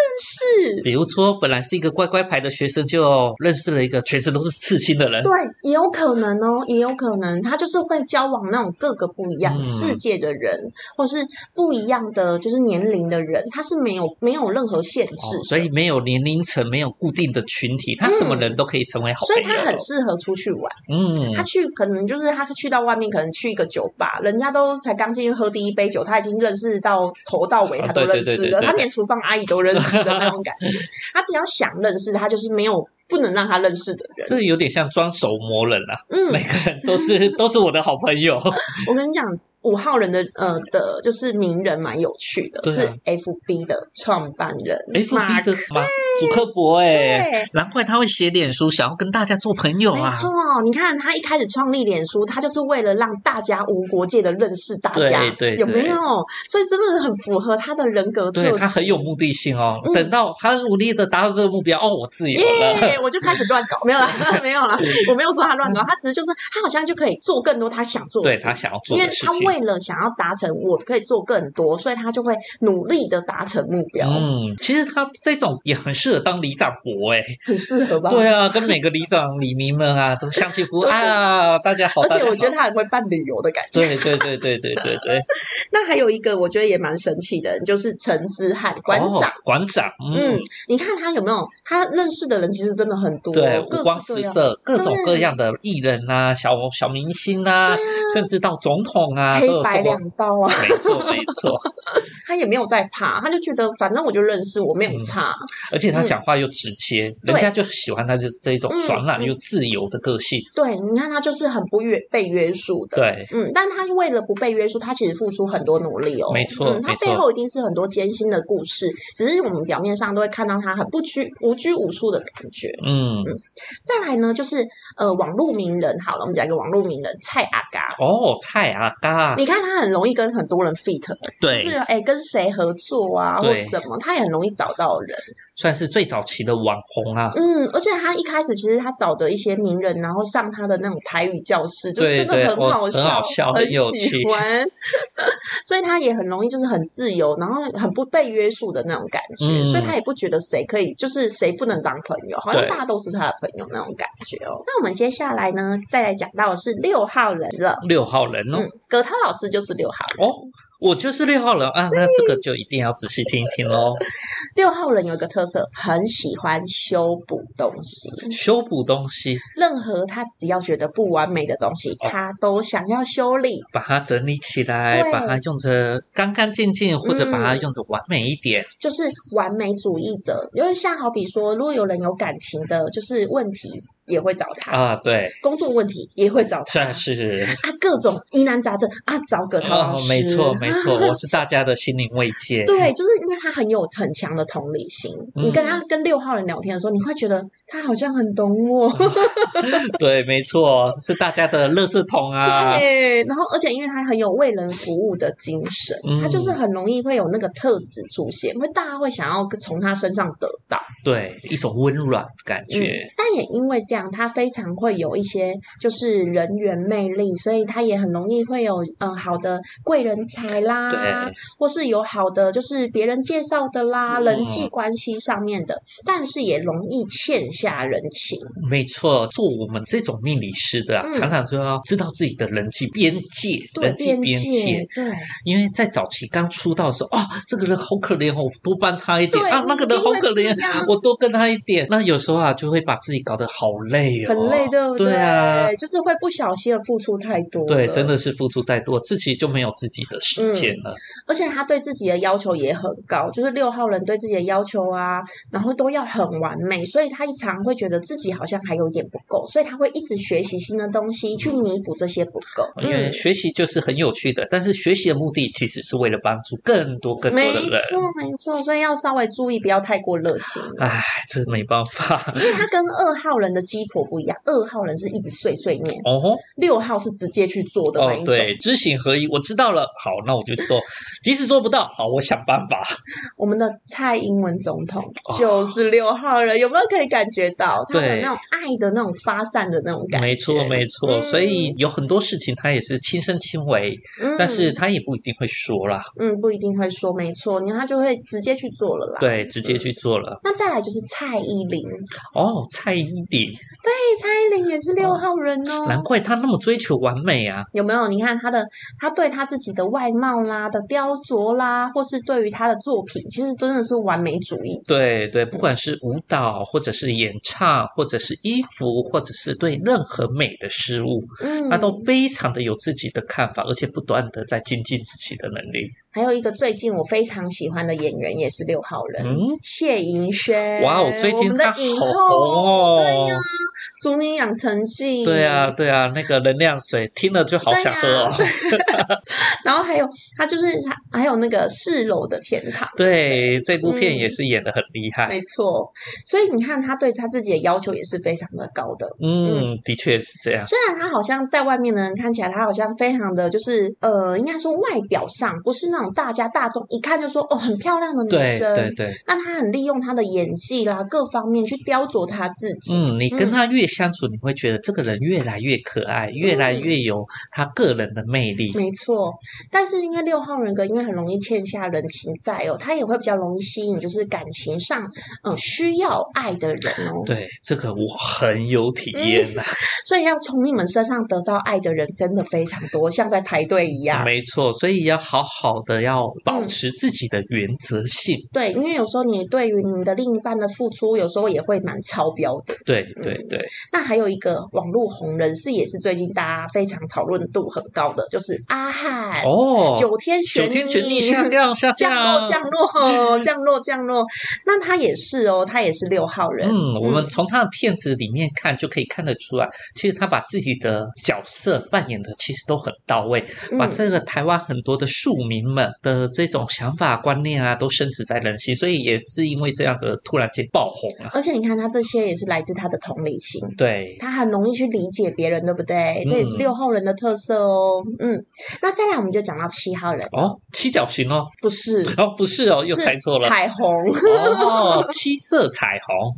Speaker 2: 人你都认识？
Speaker 1: 比如说本来是一个乖乖牌的学生，就认识了一个全身都是刺青的人，
Speaker 2: 对，也有可能哦，也有可能他就是会交往那种各个不一样
Speaker 1: 嗯
Speaker 2: 世界的人，或是不一样的就是年龄的人，他是没有没有任何限制
Speaker 1: 哦，，所以没有年龄层，没有固定的群体，他什么人都可以成为好
Speaker 2: 嗯所以
Speaker 1: 朋
Speaker 2: 他
Speaker 1: 友。
Speaker 2: 很适合出去玩。
Speaker 1: 嗯，
Speaker 2: 他去可能就是他去到外面，可能去一个酒吧，人家都才刚进去喝第一杯酒，他已经认识到头到尾，
Speaker 1: 啊
Speaker 2: 他都认
Speaker 1: 对对对
Speaker 2: 识
Speaker 1: 对
Speaker 2: 了，
Speaker 1: 对
Speaker 2: 他连厨房阿姨都认识的那种感 觉。他只要想认识，他就是没有不能让他认识的人。
Speaker 1: 这有点像装熟魔人啊，
Speaker 2: 嗯，
Speaker 1: 每个人都 是都是我的好朋友。
Speaker 2: 我跟你讲，五号人的呃的，就是名人蛮有趣的，
Speaker 1: 对啊
Speaker 2: 是 FB 的创办人
Speaker 1: F B
Speaker 2: 马
Speaker 1: 哎的马祖克伯哎、
Speaker 2: 对
Speaker 1: 难怪他会写脸书，想要跟大家做朋友
Speaker 2: 没
Speaker 1: 啊。
Speaker 2: 错，你看他一开始创立脸书，他就是为了让大家无国界的认识大家，
Speaker 1: 对对
Speaker 2: 有没
Speaker 1: 对
Speaker 2: 有？所以是不是很符合他的人格特
Speaker 1: 对
Speaker 2: 质？
Speaker 1: 他很有目的性哦，
Speaker 2: 嗯
Speaker 1: 等到他努力的达到这个目标，哦，我自由
Speaker 2: 耶
Speaker 1: 了，
Speaker 2: 对我就开始乱搞，没有啦， 没有啦，我没有说他乱搞，他只是就是他好像就可以做更多他想做的
Speaker 1: 对
Speaker 2: 事
Speaker 1: 他，想要做
Speaker 2: 因为
Speaker 1: 的事
Speaker 2: 他
Speaker 1: 情。嗯
Speaker 2: 为了想要达成我可以做更多，所以他就会努力的达成目标，
Speaker 1: 嗯，其实他这种也很适合当里长伯哎、
Speaker 2: 很适合吧？
Speaker 1: 对啊，跟每个里长、里民们啊都相 亲服务
Speaker 2: 对
Speaker 1: 啊，大家好，
Speaker 2: 而
Speaker 1: 大
Speaker 2: 且
Speaker 1: 家
Speaker 2: 我觉
Speaker 1: 好
Speaker 2: 得他很会办旅游的感觉。
Speaker 1: 对对对对对对对，
Speaker 2: 那还有一个我觉得也蛮神奇的，就是陈之汉 馆长。
Speaker 1: 哦、馆长，
Speaker 2: 嗯
Speaker 1: 嗯，，
Speaker 2: 你看他有没有？他认识的人其实真的很多，
Speaker 1: 对，
Speaker 2: 各
Speaker 1: 五
Speaker 2: 式
Speaker 1: 光
Speaker 2: 各
Speaker 1: 十
Speaker 2: 样。
Speaker 1: 色，各种各
Speaker 2: 对
Speaker 1: 样的艺人啊，小小明星啊，甚至到总统啊，都
Speaker 2: 黑
Speaker 1: 有
Speaker 2: 白
Speaker 1: 受过。
Speaker 2: 两道啊，
Speaker 1: 没错，没错，
Speaker 2: 他也没有在怕，他就觉得反正我就认识，我没有差。
Speaker 1: 而且他
Speaker 2: 嗯
Speaker 1: 讲话又直接，人
Speaker 2: 对
Speaker 1: 家就喜欢他，就是这一种
Speaker 2: 嗯
Speaker 1: 爽朗
Speaker 2: 嗯
Speaker 1: 又自由的个性。
Speaker 2: 对，你看他就是很不约被约束的。
Speaker 1: 对，
Speaker 2: 嗯，但他为了不被约束，他其实付出很多努力哦。
Speaker 1: 没错
Speaker 2: 嗯，他
Speaker 1: 没错
Speaker 2: 背后一定是很多艰辛的故事，只是我们表面上都会看到他很不拘无拘无束的感觉。
Speaker 1: 嗯，
Speaker 2: 再来呢，就是呃，网络名人好了，我们讲一个网络名人蔡阿嘎，
Speaker 1: 哦，蔡阿嘎，
Speaker 2: 你看他很容易跟很多人 fit，就
Speaker 1: 对
Speaker 2: 是，哎跟谁合作啊或
Speaker 1: 对
Speaker 2: 什么，他也很容易找到人。
Speaker 1: 算是最早期的网红啊。
Speaker 2: 嗯，而且他一开始其实他找的一些名人，然后上他的那种台语教室，就是
Speaker 1: 对
Speaker 2: 真的
Speaker 1: 对
Speaker 2: 很
Speaker 1: 我
Speaker 2: 好
Speaker 1: 很
Speaker 2: 笑，
Speaker 1: 好笑很有
Speaker 2: 喜
Speaker 1: 趣
Speaker 2: 欢， 所以他也很容易就是很自由，然后很不被约束的那种感觉，所以
Speaker 1: 嗯
Speaker 2: 他也不觉得谁可以，就是谁不能当朋友，好像
Speaker 1: 对
Speaker 2: 大家都是他的朋友那种感觉哦。那我们接下来呢，再来讲到的是六号人了，
Speaker 1: 六号人哦，
Speaker 2: 嗯，葛涛老师就是六号人，
Speaker 1: 哦，我就是六号人啊，那这个就一定要仔细听一听喽。
Speaker 2: 嗯六号人有一个特色，很喜欢修补东西，
Speaker 1: 修补东西，
Speaker 2: 任何他只要觉得不完美的东西，
Speaker 1: 哦
Speaker 2: 他都想要修理。
Speaker 1: 把它整理起来，
Speaker 2: 对
Speaker 1: 把它用着干干净净，或者把它
Speaker 2: 嗯
Speaker 1: 用着完美一点。
Speaker 2: 就是完美主义者，因为像好比说，如果有人有感情的，就是问题也会找他，
Speaker 1: 啊，对，
Speaker 2: 工作问题也会找他，
Speaker 1: 算是。
Speaker 2: 啊，各种疑难杂症啊，找葛涛老
Speaker 1: 哦
Speaker 2: 师，，
Speaker 1: 没错，没错，我是大家的心灵慰藉。
Speaker 2: 对，就是因为他很有很强的同理心，
Speaker 1: 嗯
Speaker 2: 你跟他跟六号人聊天的时候，你会觉得他好像很懂我，
Speaker 1: 对，没错，是大家的垃圾桶啊。
Speaker 2: 对，然后而且因为他很有为人服务的精神，
Speaker 1: 嗯
Speaker 2: 他就是很容易会有那个特质出现，会大家会想要从他身上得到。嗯
Speaker 1: 对，一种温软的感觉。
Speaker 2: 但也因为这样，他非常会有一些就是人缘魅力，所以他也很容易会有嗯、呃好的贵人财啦
Speaker 1: 对，
Speaker 2: 或是有好的就是别人介绍的啦，
Speaker 1: 嗯
Speaker 2: 人际关系上面的，但是也容易欠下人情。
Speaker 1: 没错，做我们这种命理师的啊，
Speaker 2: 嗯
Speaker 1: 常常就要知道自己的人际边界，
Speaker 2: 对
Speaker 1: 人际边
Speaker 2: 界
Speaker 1: 界。，
Speaker 2: 对
Speaker 1: 因为在早期刚出道的时候，啊，这个人好可怜哦，我多帮他一点
Speaker 2: 对
Speaker 1: 啊，那个人好可
Speaker 2: 一定会
Speaker 1: 怜
Speaker 2: 这样，
Speaker 1: 我多跟他一点。那有时候啊，就会把自己搞得好累哦，
Speaker 2: 很累，对不
Speaker 1: 对啊，
Speaker 2: 就是会不小心的付出太多。
Speaker 1: 对，真。的是付出太多，自己就没有自己的时间了。
Speaker 2: 而且他对自己的要求也很高，就是六号人对自己的要求啊，然后都要很完美，所以他一常会觉得自己好像还有点不够，所以他会一直学习新的东西去弥补这些不够。
Speaker 1: 因为
Speaker 2: 嗯，
Speaker 1: 学习哦就是很有趣的，但是学习的目的其实是为了帮助更多更多
Speaker 2: 没
Speaker 1: 的人。
Speaker 2: 错没错，所以要稍微注意，不要太过热心。
Speaker 1: 唉，这没办法
Speaker 2: 因为他跟二号人的鸡婆不一样，二号人是一直碎碎念，
Speaker 1: 哦
Speaker 2: 六号是直接去做的那
Speaker 1: 哦
Speaker 2: 一，种。
Speaker 1: 对，知行合一，我知道了。好，那我就做，即使做不到，好，我想办 法。
Speaker 2: 我们的蔡英文总统
Speaker 1: 哦
Speaker 2: 就是六号人，有没有可以感觉到他的
Speaker 1: 对
Speaker 2: 那种爱的那种发散的那种感觉？
Speaker 1: 没错，没错。
Speaker 2: 嗯
Speaker 1: 所以有很多事情他也是亲身亲为，
Speaker 2: 嗯
Speaker 1: 但是他也不一定会说啦。
Speaker 2: 嗯，不一定会说没错，你看他就会直接去做了啦。，
Speaker 1: 对，直接去做了。
Speaker 2: 那再来就是蔡依林，哎，
Speaker 1: 哦，蔡依林，
Speaker 2: 蔡依林也是六
Speaker 1: 哦
Speaker 2: 号人哦。
Speaker 1: 难怪他那么追求完美啊。
Speaker 2: 有没有？你看她的，她对她自己的外貌啦、的雕琢啦，或是对于她的作品，其实真的是完美主义者。
Speaker 1: 对对，不管是舞蹈，或者是演唱，或者是衣服，或者是对任何美的事物，
Speaker 2: 嗯，
Speaker 1: 他都非常的有自己的看法，而且不断的在精进自己的能力。
Speaker 2: 还有一个最近我非常喜欢的演员也是六号人，
Speaker 1: 嗯
Speaker 2: 谢盈萱。
Speaker 1: 哇哦，最
Speaker 2: 哎我
Speaker 1: 近
Speaker 2: 们的
Speaker 1: 他好
Speaker 2: 影
Speaker 1: 红
Speaker 2: 后，对呀
Speaker 1: 哦！啊
Speaker 2: 熟女养成记》。
Speaker 1: 对啊，对啊，那个能量水听了就好想喝哦。
Speaker 2: 然后还有他就是还还有那个四楼的天堂。
Speaker 1: 对，这部片
Speaker 2: 嗯
Speaker 1: 也是演得很厉害。
Speaker 2: 没错，所以你看他对他自己的要求也是非常的高的。
Speaker 1: 嗯，的确是这样。
Speaker 2: 虽然他好像在外面的人看起来，他好像非常的就是呃，应该说外表上不是那种大家大众一看就说哦很漂亮的女
Speaker 1: 对
Speaker 2: 生，
Speaker 1: 对对，
Speaker 2: 那他很利用他的演技啦各方面去雕琢他自己。
Speaker 1: 嗯，你跟
Speaker 2: 嗯
Speaker 1: 他越相处，你会觉得这个人越来越可爱，越来
Speaker 2: 嗯
Speaker 1: 越有他个人的魅力。
Speaker 2: 没错，但是因为六号人格，因为很容易欠下人情债哦，他也会比较容易吸引，就是感情上呃需要爱的人哦。
Speaker 1: 对，这个我很有体验啊呐、
Speaker 2: 所以要从你们身上得到爱的人真的非常多，像在排队一样。
Speaker 1: 没错，所以要好好的要保
Speaker 2: 嗯
Speaker 1: 持自己的原则性。
Speaker 2: 对，因为有时候你对于你的另一半的付出，有时候也会蛮超标的。
Speaker 1: 对对
Speaker 2: 嗯
Speaker 1: 对，
Speaker 2: 那还有一个网络红人是，也是最近大家非常讨论度很高的，就是阿汉、
Speaker 1: 哦，
Speaker 2: 哎九天玄
Speaker 1: 九天玄地下降下
Speaker 2: 降落降
Speaker 1: 嗯
Speaker 2: 落 降落降落。那他也是哦，他也是六号人。
Speaker 1: 嗯，我们从他的片子里面看就可以看得出来，其实他把自己的角色扮演的其实都很到位，把
Speaker 2: 嗯
Speaker 1: 这个台湾很多的庶民们的这种想法观念啊，都深植在人心，所以也是因为这样子突然间爆红啊。
Speaker 2: 而且你看他这些也是来自他的同理心。
Speaker 1: 对，
Speaker 2: 他很容易去理解别人，对不对？
Speaker 1: 嗯
Speaker 2: 这也是六号人的特色哦。嗯，那再来我们就讲到七号人，
Speaker 1: 哦，七角形哦，
Speaker 2: 不是，
Speaker 1: 哦不是 哦，又
Speaker 2: 是
Speaker 1: 猜错了。
Speaker 2: 彩虹。
Speaker 1: 哦，七色彩虹，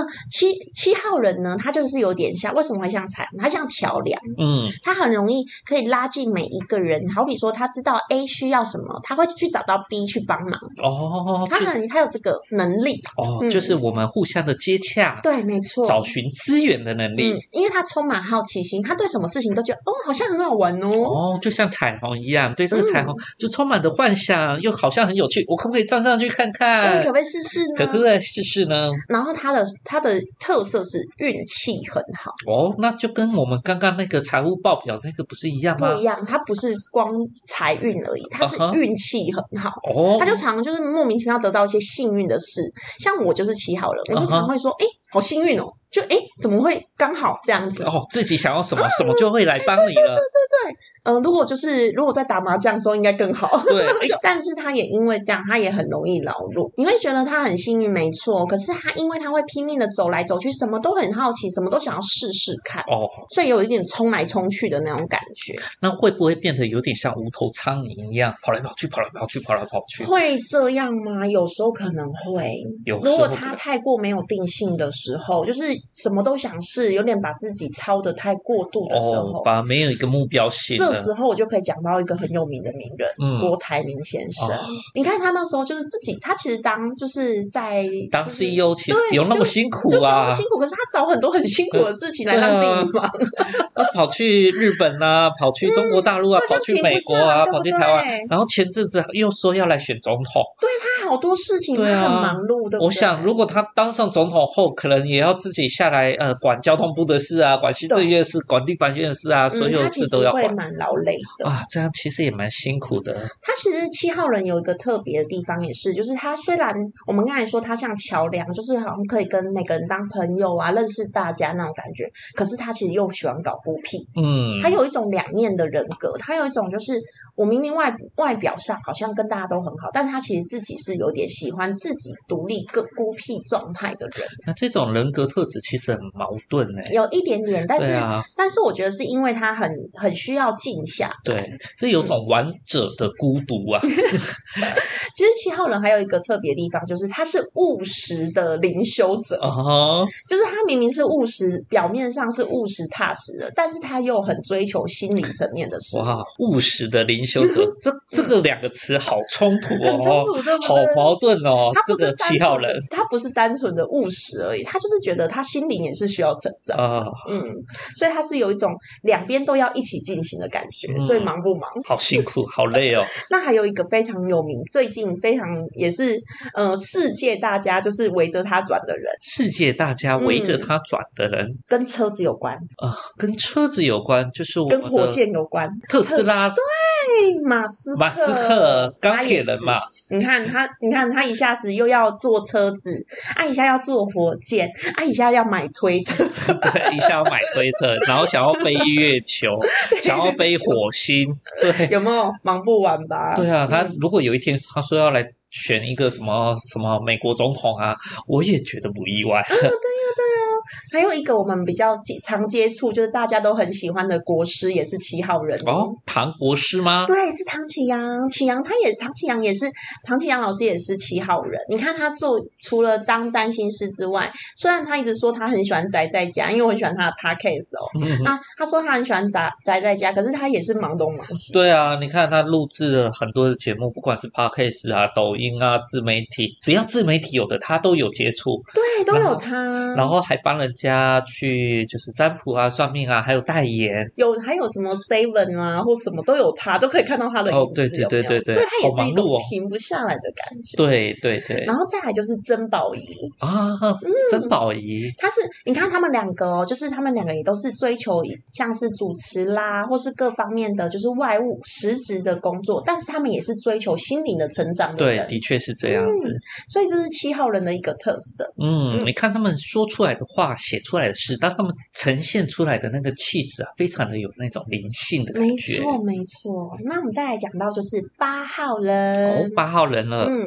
Speaker 2: 嗯，七七号人呢，他就是有点像，为什么会像彩虹？他像桥梁，
Speaker 1: 嗯，
Speaker 2: 他很容易可以拉近每一个人。好比说，他知道 A 需要什么，他会去找到 B 去帮忙。
Speaker 1: 哦，
Speaker 2: 他
Speaker 1: 就
Speaker 2: 很他有这个能力。
Speaker 1: 哦，就是我们互相的接洽，
Speaker 2: 嗯对，没错。
Speaker 1: 找寻资源的能力
Speaker 2: 嗯。，因为他充满好奇心，他对什么事情都觉得哦，好像很好玩哦。嗯
Speaker 1: 哦，就像彩虹一样，对这个彩虹就充满着幻想，又好像很有趣。我可不可以站上去看
Speaker 2: 嗯，
Speaker 1: 看
Speaker 2: 可？不可以试试呢？
Speaker 1: 哎可不可以试试呢？
Speaker 2: 然后他的他的特色是运气很好，
Speaker 1: 哦，那就跟我们刚刚那个财务报表那个不是一样吗
Speaker 2: 不一？样，他不是光财运而已，他是
Speaker 1: 啊哈
Speaker 2: 运气很好。
Speaker 1: 哦
Speaker 2: 他，就常就是莫名其妙得到一些幸运的事，像我就是七号人，我就
Speaker 1: 啊哈
Speaker 2: 常会说，哎、好幸运哦，就哎、诶怎么会刚好这样子？
Speaker 1: 哦，自己想要什
Speaker 2: 嗯
Speaker 1: 么，什么就会来帮你了。
Speaker 2: 呃，如果就是如果在打麻将的时候应该更好。
Speaker 1: 对，哎
Speaker 2: 就但是他也因为这样，他也很容易劳碌。你会觉得他很幸运，没错。可是他因为他会拼命的走来走去，什么都很好奇，什么都想要试试看，
Speaker 1: 哦，
Speaker 2: 所以有一点冲来冲去的那种感觉。
Speaker 1: 那会不会变得有点像无头苍蝇一样，跑来跑去，跑来跑去，跑来跑去？
Speaker 2: 会这样吗？有时候可能会。
Speaker 1: 有时
Speaker 2: 如
Speaker 1: 候哦
Speaker 2: 果
Speaker 1: 可
Speaker 2: 他
Speaker 1: 能
Speaker 2: 太过没有定性的时候，就是什么都想试，有点把自己操得太过度的时候，
Speaker 1: 哦，反而没有一个目标性
Speaker 2: 这
Speaker 1: 了。
Speaker 2: 时候我就可以讲到一个很有名的名人。
Speaker 1: 嗯，
Speaker 2: 郭台铭先生
Speaker 1: 哦，
Speaker 2: 你看他那时候就是自己，他其实当就是在
Speaker 1: 当
Speaker 2: 就是
Speaker 1: CEO 其实
Speaker 2: 对
Speaker 1: 有那么
Speaker 2: 就
Speaker 1: 辛
Speaker 2: 就
Speaker 1: 苦
Speaker 2: 不那
Speaker 1: 啊
Speaker 2: 么，辛苦，可是他找很多很辛苦的事情来
Speaker 1: 对啊
Speaker 2: 让自己忙，
Speaker 1: 跑去日本啊，跑去中国大陆啊，
Speaker 2: 嗯好像
Speaker 1: 跑去
Speaker 2: 停不
Speaker 1: 美国
Speaker 2: 下
Speaker 1: 啊，
Speaker 2: 对不
Speaker 1: 跑去台湾
Speaker 2: 对。
Speaker 1: 然后前阵子又说要来选总统，
Speaker 2: 他好多事情，他
Speaker 1: 对啊
Speaker 2: 很忙碌，对不对？
Speaker 1: 我想如果他当上总统后，可能也要自己下来呃管交通部的事啊，管行政
Speaker 2: 对
Speaker 1: 院的事，管地方院的事啊，所
Speaker 2: 嗯，
Speaker 1: 有
Speaker 2: 他
Speaker 1: 的
Speaker 2: 其
Speaker 1: 事
Speaker 2: 实
Speaker 1: 都要
Speaker 2: 会
Speaker 1: 管。
Speaker 2: 蛮劳累的。
Speaker 1: 啊，这样其实也蛮辛苦的。
Speaker 2: 他其实七号人有一个特别的地方，也是，就是他虽然我们刚才说他像桥梁，就是好像可以跟每个人当朋友啊，认识大家那种感觉，可是他其实又喜欢搞孤僻，
Speaker 1: 嗯，
Speaker 2: 他有一种两面的人格，他有一种就是我明明外外表上好像跟大家都很好，但他其实自己是有点喜欢自己独立、更孤僻状态的人，
Speaker 1: 那这种人格特质其实很矛盾哎、
Speaker 2: 有一点点，但是、
Speaker 1: 对啊，
Speaker 2: 但是我觉得是因为他很很需要静下，
Speaker 1: 对，这有种王者的孤独啊。
Speaker 2: 嗯其实七号人还有一个特别地方，就是他是务实的灵修者，
Speaker 1: 哦，
Speaker 2: 就是他明明是务实，表面上是务实踏实的，但是他又很追求心理层面的事，
Speaker 1: 哇，务实的灵修 者，这这个两个词好冲突
Speaker 2: 很冲
Speaker 1: 哦，
Speaker 2: 突，对不对？
Speaker 1: 好矛盾哦
Speaker 2: 他，
Speaker 1: 这
Speaker 2: 不
Speaker 1: 个
Speaker 2: 是
Speaker 1: 七
Speaker 2: 单
Speaker 1: 号
Speaker 2: 纯的
Speaker 1: 人，
Speaker 2: 他不是单纯的务实而已，他就是觉得他心灵也是需要成长，
Speaker 1: 啊，
Speaker 2: 嗯，所以他是有一种两边都要一起进行的感觉，
Speaker 1: 嗯
Speaker 2: 所以忙不忙？
Speaker 1: 好辛 苦，好累哦。
Speaker 2: 那还有一个非常有名，最近非常也是呃世界大家就是围着他转的人，
Speaker 1: 世界大家围
Speaker 2: 嗯
Speaker 1: 着他转的人
Speaker 2: 跟车子有关，
Speaker 1: 啊，跟车子有关，就是我
Speaker 2: 跟
Speaker 1: 们
Speaker 2: 火
Speaker 1: 的
Speaker 2: 箭有关，
Speaker 1: 特斯拉，
Speaker 2: 马斯
Speaker 1: 马斯克钢
Speaker 2: 他也
Speaker 1: 铁人
Speaker 2: 是
Speaker 1: 嘛，
Speaker 2: 你看他，你看他一下子又要坐车子，啊一下要坐火箭，啊一下要买推特，
Speaker 1: 对，一下要买推特，然后想要 飞月球，想要飞火星，对
Speaker 2: 有没有忙不完吧？
Speaker 1: 对啊，他
Speaker 2: 嗯
Speaker 1: 如果有一天他说要来选一个什么什么美国总统啊，我也觉得不意外。
Speaker 2: 还有一个我们比较接常接触，就是大家都很喜欢的国师，也是七号人
Speaker 1: 哦，唐国师吗？
Speaker 2: 对，是唐启阳，启阳他也唐启阳也是唐启阳老师也是七号人。你看他做除了当占星师之外，虽然他一直说他很喜欢宅在家，因为我很喜欢他的 podcast 哦。
Speaker 1: 嗯
Speaker 2: 那他说他很喜欢宅宅在家，可是他也是忙东忙西。
Speaker 1: 对啊，你看他录制了很多的节目，不管是 podcast 啊、抖音啊、自媒体，只要自媒体有的，他都有接触，
Speaker 2: 对，都
Speaker 1: 然
Speaker 2: 有
Speaker 1: 后
Speaker 2: 他。
Speaker 1: 然后还帮人家去就是占卜啊、算命啊，还有代言。
Speaker 2: 有还有什么 Seven 啊，或什么都有他，都可以看到他的影子。
Speaker 1: 哦对对
Speaker 2: 有没有
Speaker 1: 对对对
Speaker 2: 所以他也
Speaker 1: 好
Speaker 2: 是
Speaker 1: 忙
Speaker 2: 一
Speaker 1: 碌
Speaker 2: 种
Speaker 1: 哦
Speaker 2: 停不下来的感觉。
Speaker 1: 对对对，
Speaker 2: 然后再来就是曾宝仪，
Speaker 1: 啊，曾宝仪，
Speaker 2: 他是你看他们两个哦，就是他们两个也都是追求像是主持啦，或是各方面的就是外务实质的工作，但是他们也是追求心灵的成长的
Speaker 1: 对，
Speaker 2: 人，
Speaker 1: 的确是这样子。
Speaker 2: 所以这是七号人的一个特色。
Speaker 1: 嗯，你看他们说出来的话，写出来的诗，当他们呈现出来的那个气质啊，非常的有那种灵性的感
Speaker 2: 没
Speaker 1: 觉。
Speaker 2: 错，没错。那我们再来讲到就是八号
Speaker 1: 哦
Speaker 2: 人，，
Speaker 1: 八号人了，
Speaker 2: 嗯，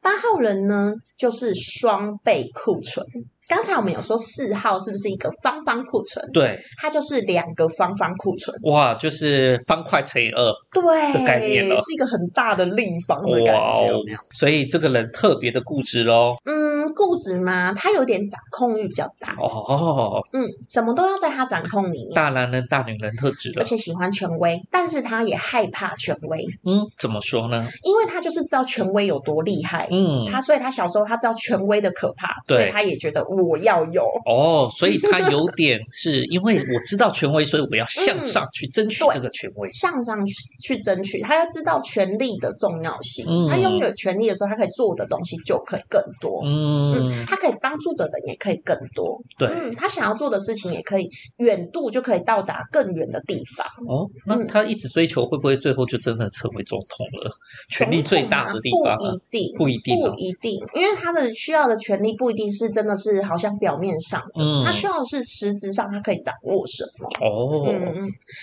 Speaker 2: 八号人呢就是双倍库存。刚才我们有说四号是不是一个方方库存？
Speaker 1: 对，
Speaker 2: 它就是两个方方库存。
Speaker 1: 哇，就是方块乘以二，
Speaker 2: 对，
Speaker 1: 的概念了
Speaker 2: 是一个很大的立方的感
Speaker 1: 哇
Speaker 2: 觉，
Speaker 1: 哦
Speaker 2: 有没有？，
Speaker 1: 所以这个人特别的固执喽。
Speaker 2: 嗯，固执嘛，他有点掌控欲比较大，
Speaker 1: 哦，
Speaker 2: 嗯，什么都要在他掌控里面，
Speaker 1: 大男人大女人特质
Speaker 2: 而
Speaker 1: 了。
Speaker 2: 且喜欢权威，但是他也害怕权威，
Speaker 1: 嗯，怎么说呢？
Speaker 2: 因为他就是知道权威有多厉害，
Speaker 1: 嗯，
Speaker 2: 他所以他小时候他知道权威的可怕，
Speaker 1: 对
Speaker 2: 所以他也觉得我要有，
Speaker 1: 哦，所以他有点是因为我知道权威，所以我要向上去争取
Speaker 2: 嗯对
Speaker 1: 这个权威。
Speaker 2: 向上去去争取，他要知道权力的重要性，
Speaker 1: 嗯
Speaker 2: 他拥有权力的时候，他可以做的东西就可以更多，嗯，
Speaker 1: 嗯，
Speaker 2: 他可以帮助的人也可以更多，
Speaker 1: 对。
Speaker 2: 嗯，他想要做的事情也可以远度就可以到达更远的地方。
Speaker 1: 哦，那他一直追求，会不会最后就真的成为总统了？权力最大的地方
Speaker 2: 总统
Speaker 1: 啊
Speaker 2: 啊啊，不一定，
Speaker 1: 不一定哦
Speaker 2: 不。一定，因为他的需要的权利不一定是真的是好像表面上，
Speaker 1: 嗯，
Speaker 2: 他需要的是实质上他可以掌握什么。嗯
Speaker 1: 哦，
Speaker 2: 嗯，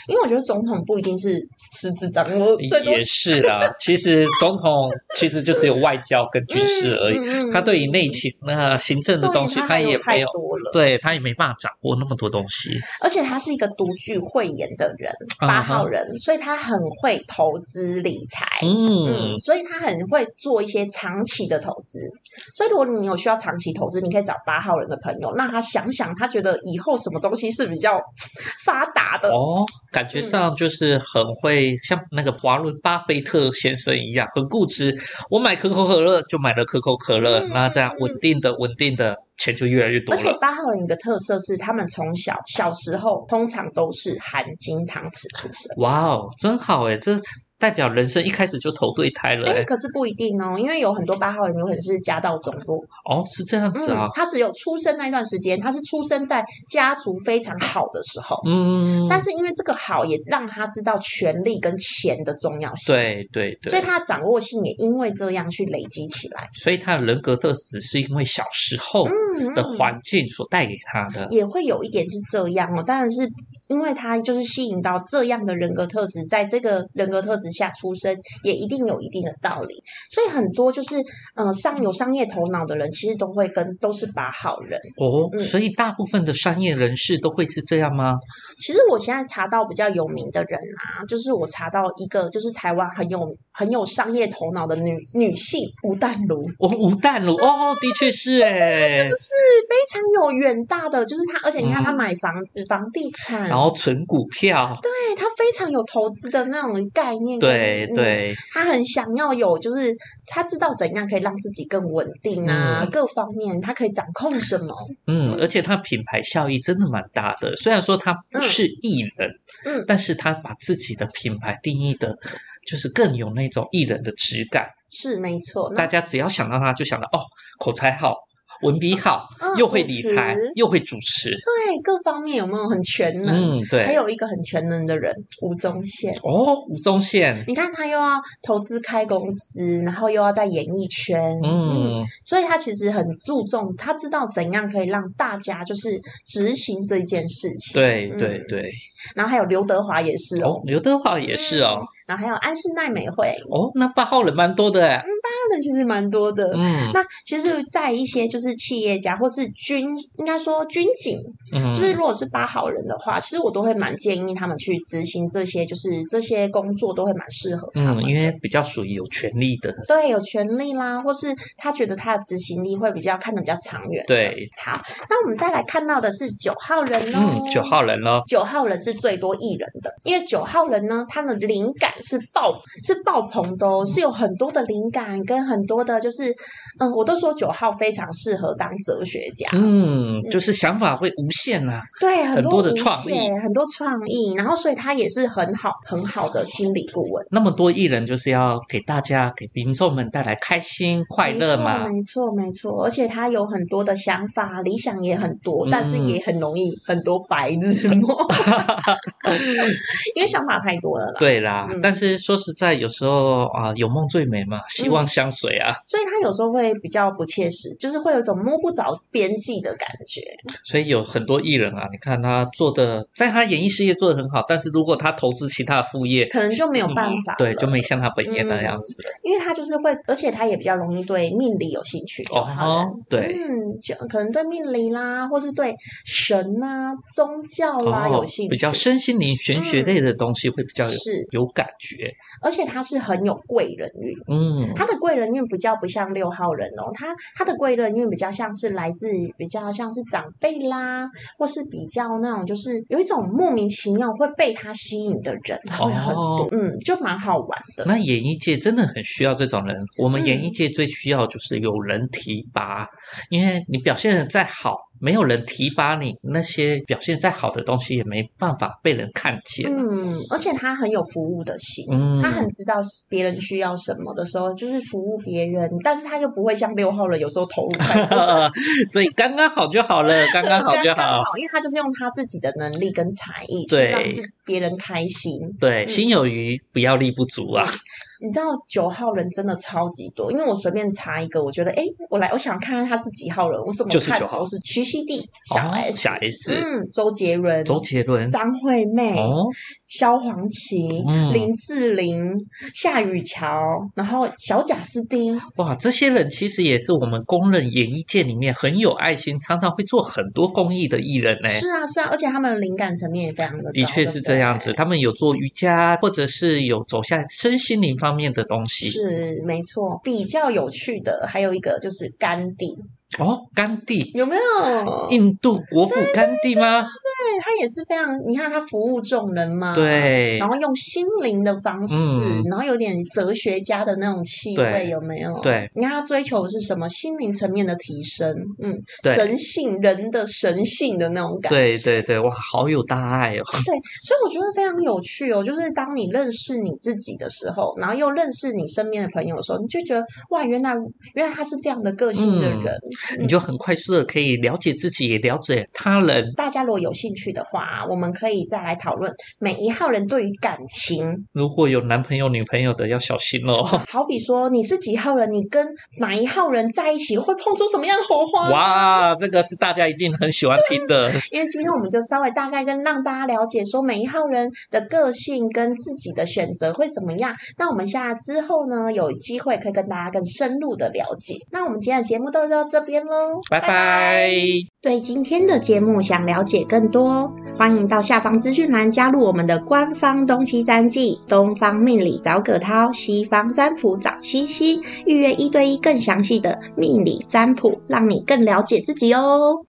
Speaker 2: 因为我觉得总统不一定是实质掌握最多
Speaker 1: 也是 啦。其实总统其实就只有外交跟军事而已，
Speaker 2: 已
Speaker 1: 他对于内情那行政的东西，
Speaker 2: 嗯他还
Speaker 1: 也
Speaker 2: 太
Speaker 1: 没有，
Speaker 2: 多了，
Speaker 1: 对他也没办法掌握那么多东西。
Speaker 2: 而且他是一个独具慧眼的人，
Speaker 1: 啊哈
Speaker 2: 八号人，所以他很会投资理财。
Speaker 1: 嗯
Speaker 2: 嗯，，所以他很会做一些长期的投资。所以如果你有需要长期投资，你可以找八号人的朋友，让他想想，他觉得以后什么东西是比较发达的。
Speaker 1: 哦，感
Speaker 2: 嗯
Speaker 1: 觉上就是很会像那个华伦巴菲特先生一样，很固执。我买可口可乐就买了可口可乐，
Speaker 2: 嗯
Speaker 1: 那这样稳定的、稳定的钱就越来越多
Speaker 2: 而且
Speaker 1: 了。
Speaker 2: 八号人一个特色是，他们从小小时候通常都是含金汤匙出生。
Speaker 1: 哇哦，真好哎，这代表人生一开始就投对胎了
Speaker 2: 哎，
Speaker 1: 哎。
Speaker 2: 可是不一定哦，因为有很多八号人有可能是家道中落，
Speaker 1: 哦，是这样子啊
Speaker 2: 嗯，。他只有出生那一段时间，他是出生在家族非常好的时候，
Speaker 1: 嗯，
Speaker 2: 但是因为这个好，也让他知道权力跟钱的重要性。
Speaker 1: 对对
Speaker 2: 所
Speaker 1: 对，
Speaker 2: 以他的掌握性也因为这样去累积起来。
Speaker 1: 所以他的人格特质是因为小时候
Speaker 2: 嗯
Speaker 1: 的环境所带给他的。
Speaker 2: 也会有一点是这样哦，当然是因为他就是吸引到这样的人格特质，在这个人格特质下出生，也一定有一定的道理。所以很多就是嗯、呃商有商业头脑的人，其实都会跟都是八号人。
Speaker 1: 哦，
Speaker 2: 嗯
Speaker 1: 所以大部分的商业人士都会是这样吗？
Speaker 2: 其实我现在查到比较有名的人啊，就是我查到一个就是台湾很有很有商业头脑的女女性吴淡如。
Speaker 1: 哦，吴淡如哦，的确是哎
Speaker 2: 是不，是非常有远大的？就是他，而且你看他买房子、房地产，
Speaker 1: 嗯然后存股票，
Speaker 2: 对他非常有投资的那种概念跟。
Speaker 1: 对
Speaker 2: 嗯，
Speaker 1: 对，
Speaker 2: 他很想要有，就是他知道怎样可以让自己更稳定啊，
Speaker 1: 嗯
Speaker 2: 各方面他可以掌控什么。
Speaker 1: 嗯，而且他品牌效益真的蛮大的。虽然说他不是艺人，
Speaker 2: 嗯
Speaker 1: 但是他把自己的品牌定义的，就是更有那种艺人的质感。
Speaker 2: 是没错，那
Speaker 1: 大家只要想到他，就想到哦，口才好，文笔好，
Speaker 2: 嗯
Speaker 1: 又会理财
Speaker 2: 主持，
Speaker 1: 又会主持。
Speaker 2: 对各方面有没有很全能？
Speaker 1: 嗯，
Speaker 2: 还
Speaker 1: 对。
Speaker 2: 有一个很全能的人吴宗宪。
Speaker 1: 哦，吴宗宪，
Speaker 2: 你看他又要投资开公司，然后又要在演艺圈，
Speaker 1: 嗯，
Speaker 2: 所以他其实很注重，他知道怎样可以让大家就是执行这件事情。
Speaker 1: 对
Speaker 2: 嗯
Speaker 1: 对对。
Speaker 2: 然后还有刘德华也是哦，
Speaker 1: 哦，刘德华也是哦
Speaker 2: 嗯。然后还有安室奈美惠，
Speaker 1: 哦，那八号人蛮多的哎。
Speaker 2: 他们其实蛮多的。
Speaker 1: 嗯
Speaker 2: 那其实，在一些就是企业家或是军，应该说军警，
Speaker 1: 嗯
Speaker 2: 就是如果是八好人的话，其实我都会蛮建议他们去执行这些，就是这些工作都会蛮适合他
Speaker 1: 嗯，
Speaker 2: 们。
Speaker 1: 因为比较属于有权利的。
Speaker 2: 对，有权利啦，或是他觉得他的执行力会比较看得比较长远。
Speaker 1: 对，
Speaker 2: 好，那我们再来看到的是九号人哦，
Speaker 1: 嗯，九。号人咯。
Speaker 2: 九号人是最多艺人的，因为九号人呢，他的灵感是爆是爆棚的哦，是有很多的灵感跟很多的，就是嗯，我都说九号非常适合当哲学家，
Speaker 1: 嗯，就是想法会无限啊。
Speaker 2: 对，很
Speaker 1: 很多的
Speaker 2: 无
Speaker 1: 创
Speaker 2: 限
Speaker 1: 意，
Speaker 2: 很多创意，然后所以他也是很好很好的心理顾问，
Speaker 1: 那么多艺人就是要给大家、给民众们带来开心、快乐嘛。
Speaker 2: 没错没错，没错而且他有很多的想法，理想也很多，但是
Speaker 1: 嗯
Speaker 2: 也很容易很多白日梦， 因为想法太多了啦。
Speaker 1: 对啦，
Speaker 2: 嗯
Speaker 1: 但是说实在，有时候啊、有梦最美嘛，希望相随啊。
Speaker 2: 所以他有时候会比较不切实，就是会有一种摸不着边际的感觉。
Speaker 1: 所以有很多艺人啊，你看他做的，在他演艺事业做的很好，但是如果他投资其他的副业，
Speaker 2: 可能就没有办法了
Speaker 1: 嗯对，就没像他本业那样子了。
Speaker 2: 因为他就是会，而且他也比较容易对命理有兴趣。九号人
Speaker 1: 哦，对，
Speaker 2: 嗯，就可能对命理啦，或是对神啊、宗教啦、
Speaker 1: 哦
Speaker 2: 有兴，趣，
Speaker 1: 比较身心灵、玄学类的东西会比较有、
Speaker 2: 是，
Speaker 1: 有感觉。
Speaker 2: 而且他是很有贵人运。
Speaker 1: 嗯，
Speaker 2: 他的贵人运比较不像六号人哦，他他的贵人运比较像是来自于比较像是长辈啦，或是比较那种就是有一种莫名其妙会被他吸引的人会很多，
Speaker 1: 哦，
Speaker 2: 嗯，就蛮好玩的。
Speaker 1: 那演艺界真的很需要这种人。我们
Speaker 2: 嗯
Speaker 1: 演艺界最需要就是有人提拔，因为你表现的再好，没有人提拔你，那些表现再好的东西也没办法被人看见。
Speaker 2: 嗯，而且他很有服务的心，
Speaker 1: 嗯，
Speaker 2: 他很知道别人需要什么的时候，就是服务别人，但是他又不会像六号人有时候投入太多。啊
Speaker 1: 所以刚刚好就好了，刚 刚好就
Speaker 2: 刚刚
Speaker 1: 好。
Speaker 2: 好，因为他就是用他自己的能力跟才艺去
Speaker 1: 对
Speaker 2: 让自别人开心。
Speaker 1: 对，
Speaker 2: 嗯
Speaker 1: 心有余不要力不足啊。
Speaker 2: 你知道九号人真的超级多，因为我随便查一个，我觉得哎，诶我来我想看看他是几号人，我怎么
Speaker 1: 就是
Speaker 2: 看
Speaker 1: 9号
Speaker 2: 都是徐熙娣、小
Speaker 1: 哦
Speaker 2: S、
Speaker 1: 小 S，
Speaker 2: 嗯，周杰伦、
Speaker 1: 周杰伦。
Speaker 2: 张惠妹、
Speaker 1: 哦，
Speaker 2: 萧煌奇、
Speaker 1: 嗯
Speaker 2: 林志玲、夏雨乔，然后小贾斯汀，
Speaker 1: 哇，这些人其实也是我们公认演艺界里面很有爱心，常常会做很多公益的艺人呢、
Speaker 2: 是啊是啊，而且他们的灵感层面也非常的高，
Speaker 1: 的确是这样子，
Speaker 2: 对
Speaker 1: 他们有做瑜伽，或者是有走向身心灵方面的东
Speaker 2: 不对。
Speaker 1: 西。
Speaker 2: 是没错，比较有趣的还有一个就是甘地，
Speaker 1: 哦，甘地，
Speaker 2: 有没有？
Speaker 1: 印度国父甘地吗？
Speaker 2: 对，他也是非常，你看他服务众人嘛，，
Speaker 1: 对
Speaker 2: 然后用心灵的方式，
Speaker 1: 嗯
Speaker 2: 然后有点哲学家的那种气味，
Speaker 1: 对
Speaker 2: 有没有？，
Speaker 1: 对，
Speaker 2: 你看他追求的是什么？心灵层面的提升，嗯，
Speaker 1: 对
Speaker 2: 神性人的神性的那种感觉，
Speaker 1: 对对对，哇，好有大爱哦！
Speaker 2: 所以我觉得非常有趣哦。就是当你认识你自己的时候，然后又认识你身边的朋友的时候，你就觉得哇，原来原来他是这样的个性的
Speaker 1: 嗯
Speaker 2: 人。
Speaker 1: 你就很快速的可以了解自己，也了解他人。
Speaker 2: 大家如果有兴趣的话，啊我们可以再来讨论每一号人对于感情
Speaker 1: 如果有男朋友、女朋友的，要小心哦。
Speaker 2: 好比说你是几号人，你跟哪一号人在一起会碰出什么样的火花？
Speaker 1: 哇，这个是大家一定很喜欢听的。
Speaker 2: 因为今天我们就稍微大概跟让大家了解说每一号人的个性跟自己的选择会怎么样。那我们下之后呢，有机会可以跟大家更深入的了解。那我们今天的节目就到这边喽，
Speaker 1: 拜拜。
Speaker 2: 对今天的节目想了解更多，哦欢迎到下方资讯栏加入我们的官方东西占记，东方命理找葛涛，西方占卜找西西，预约一对一更详细的命理占卜，让你更了解自己哦。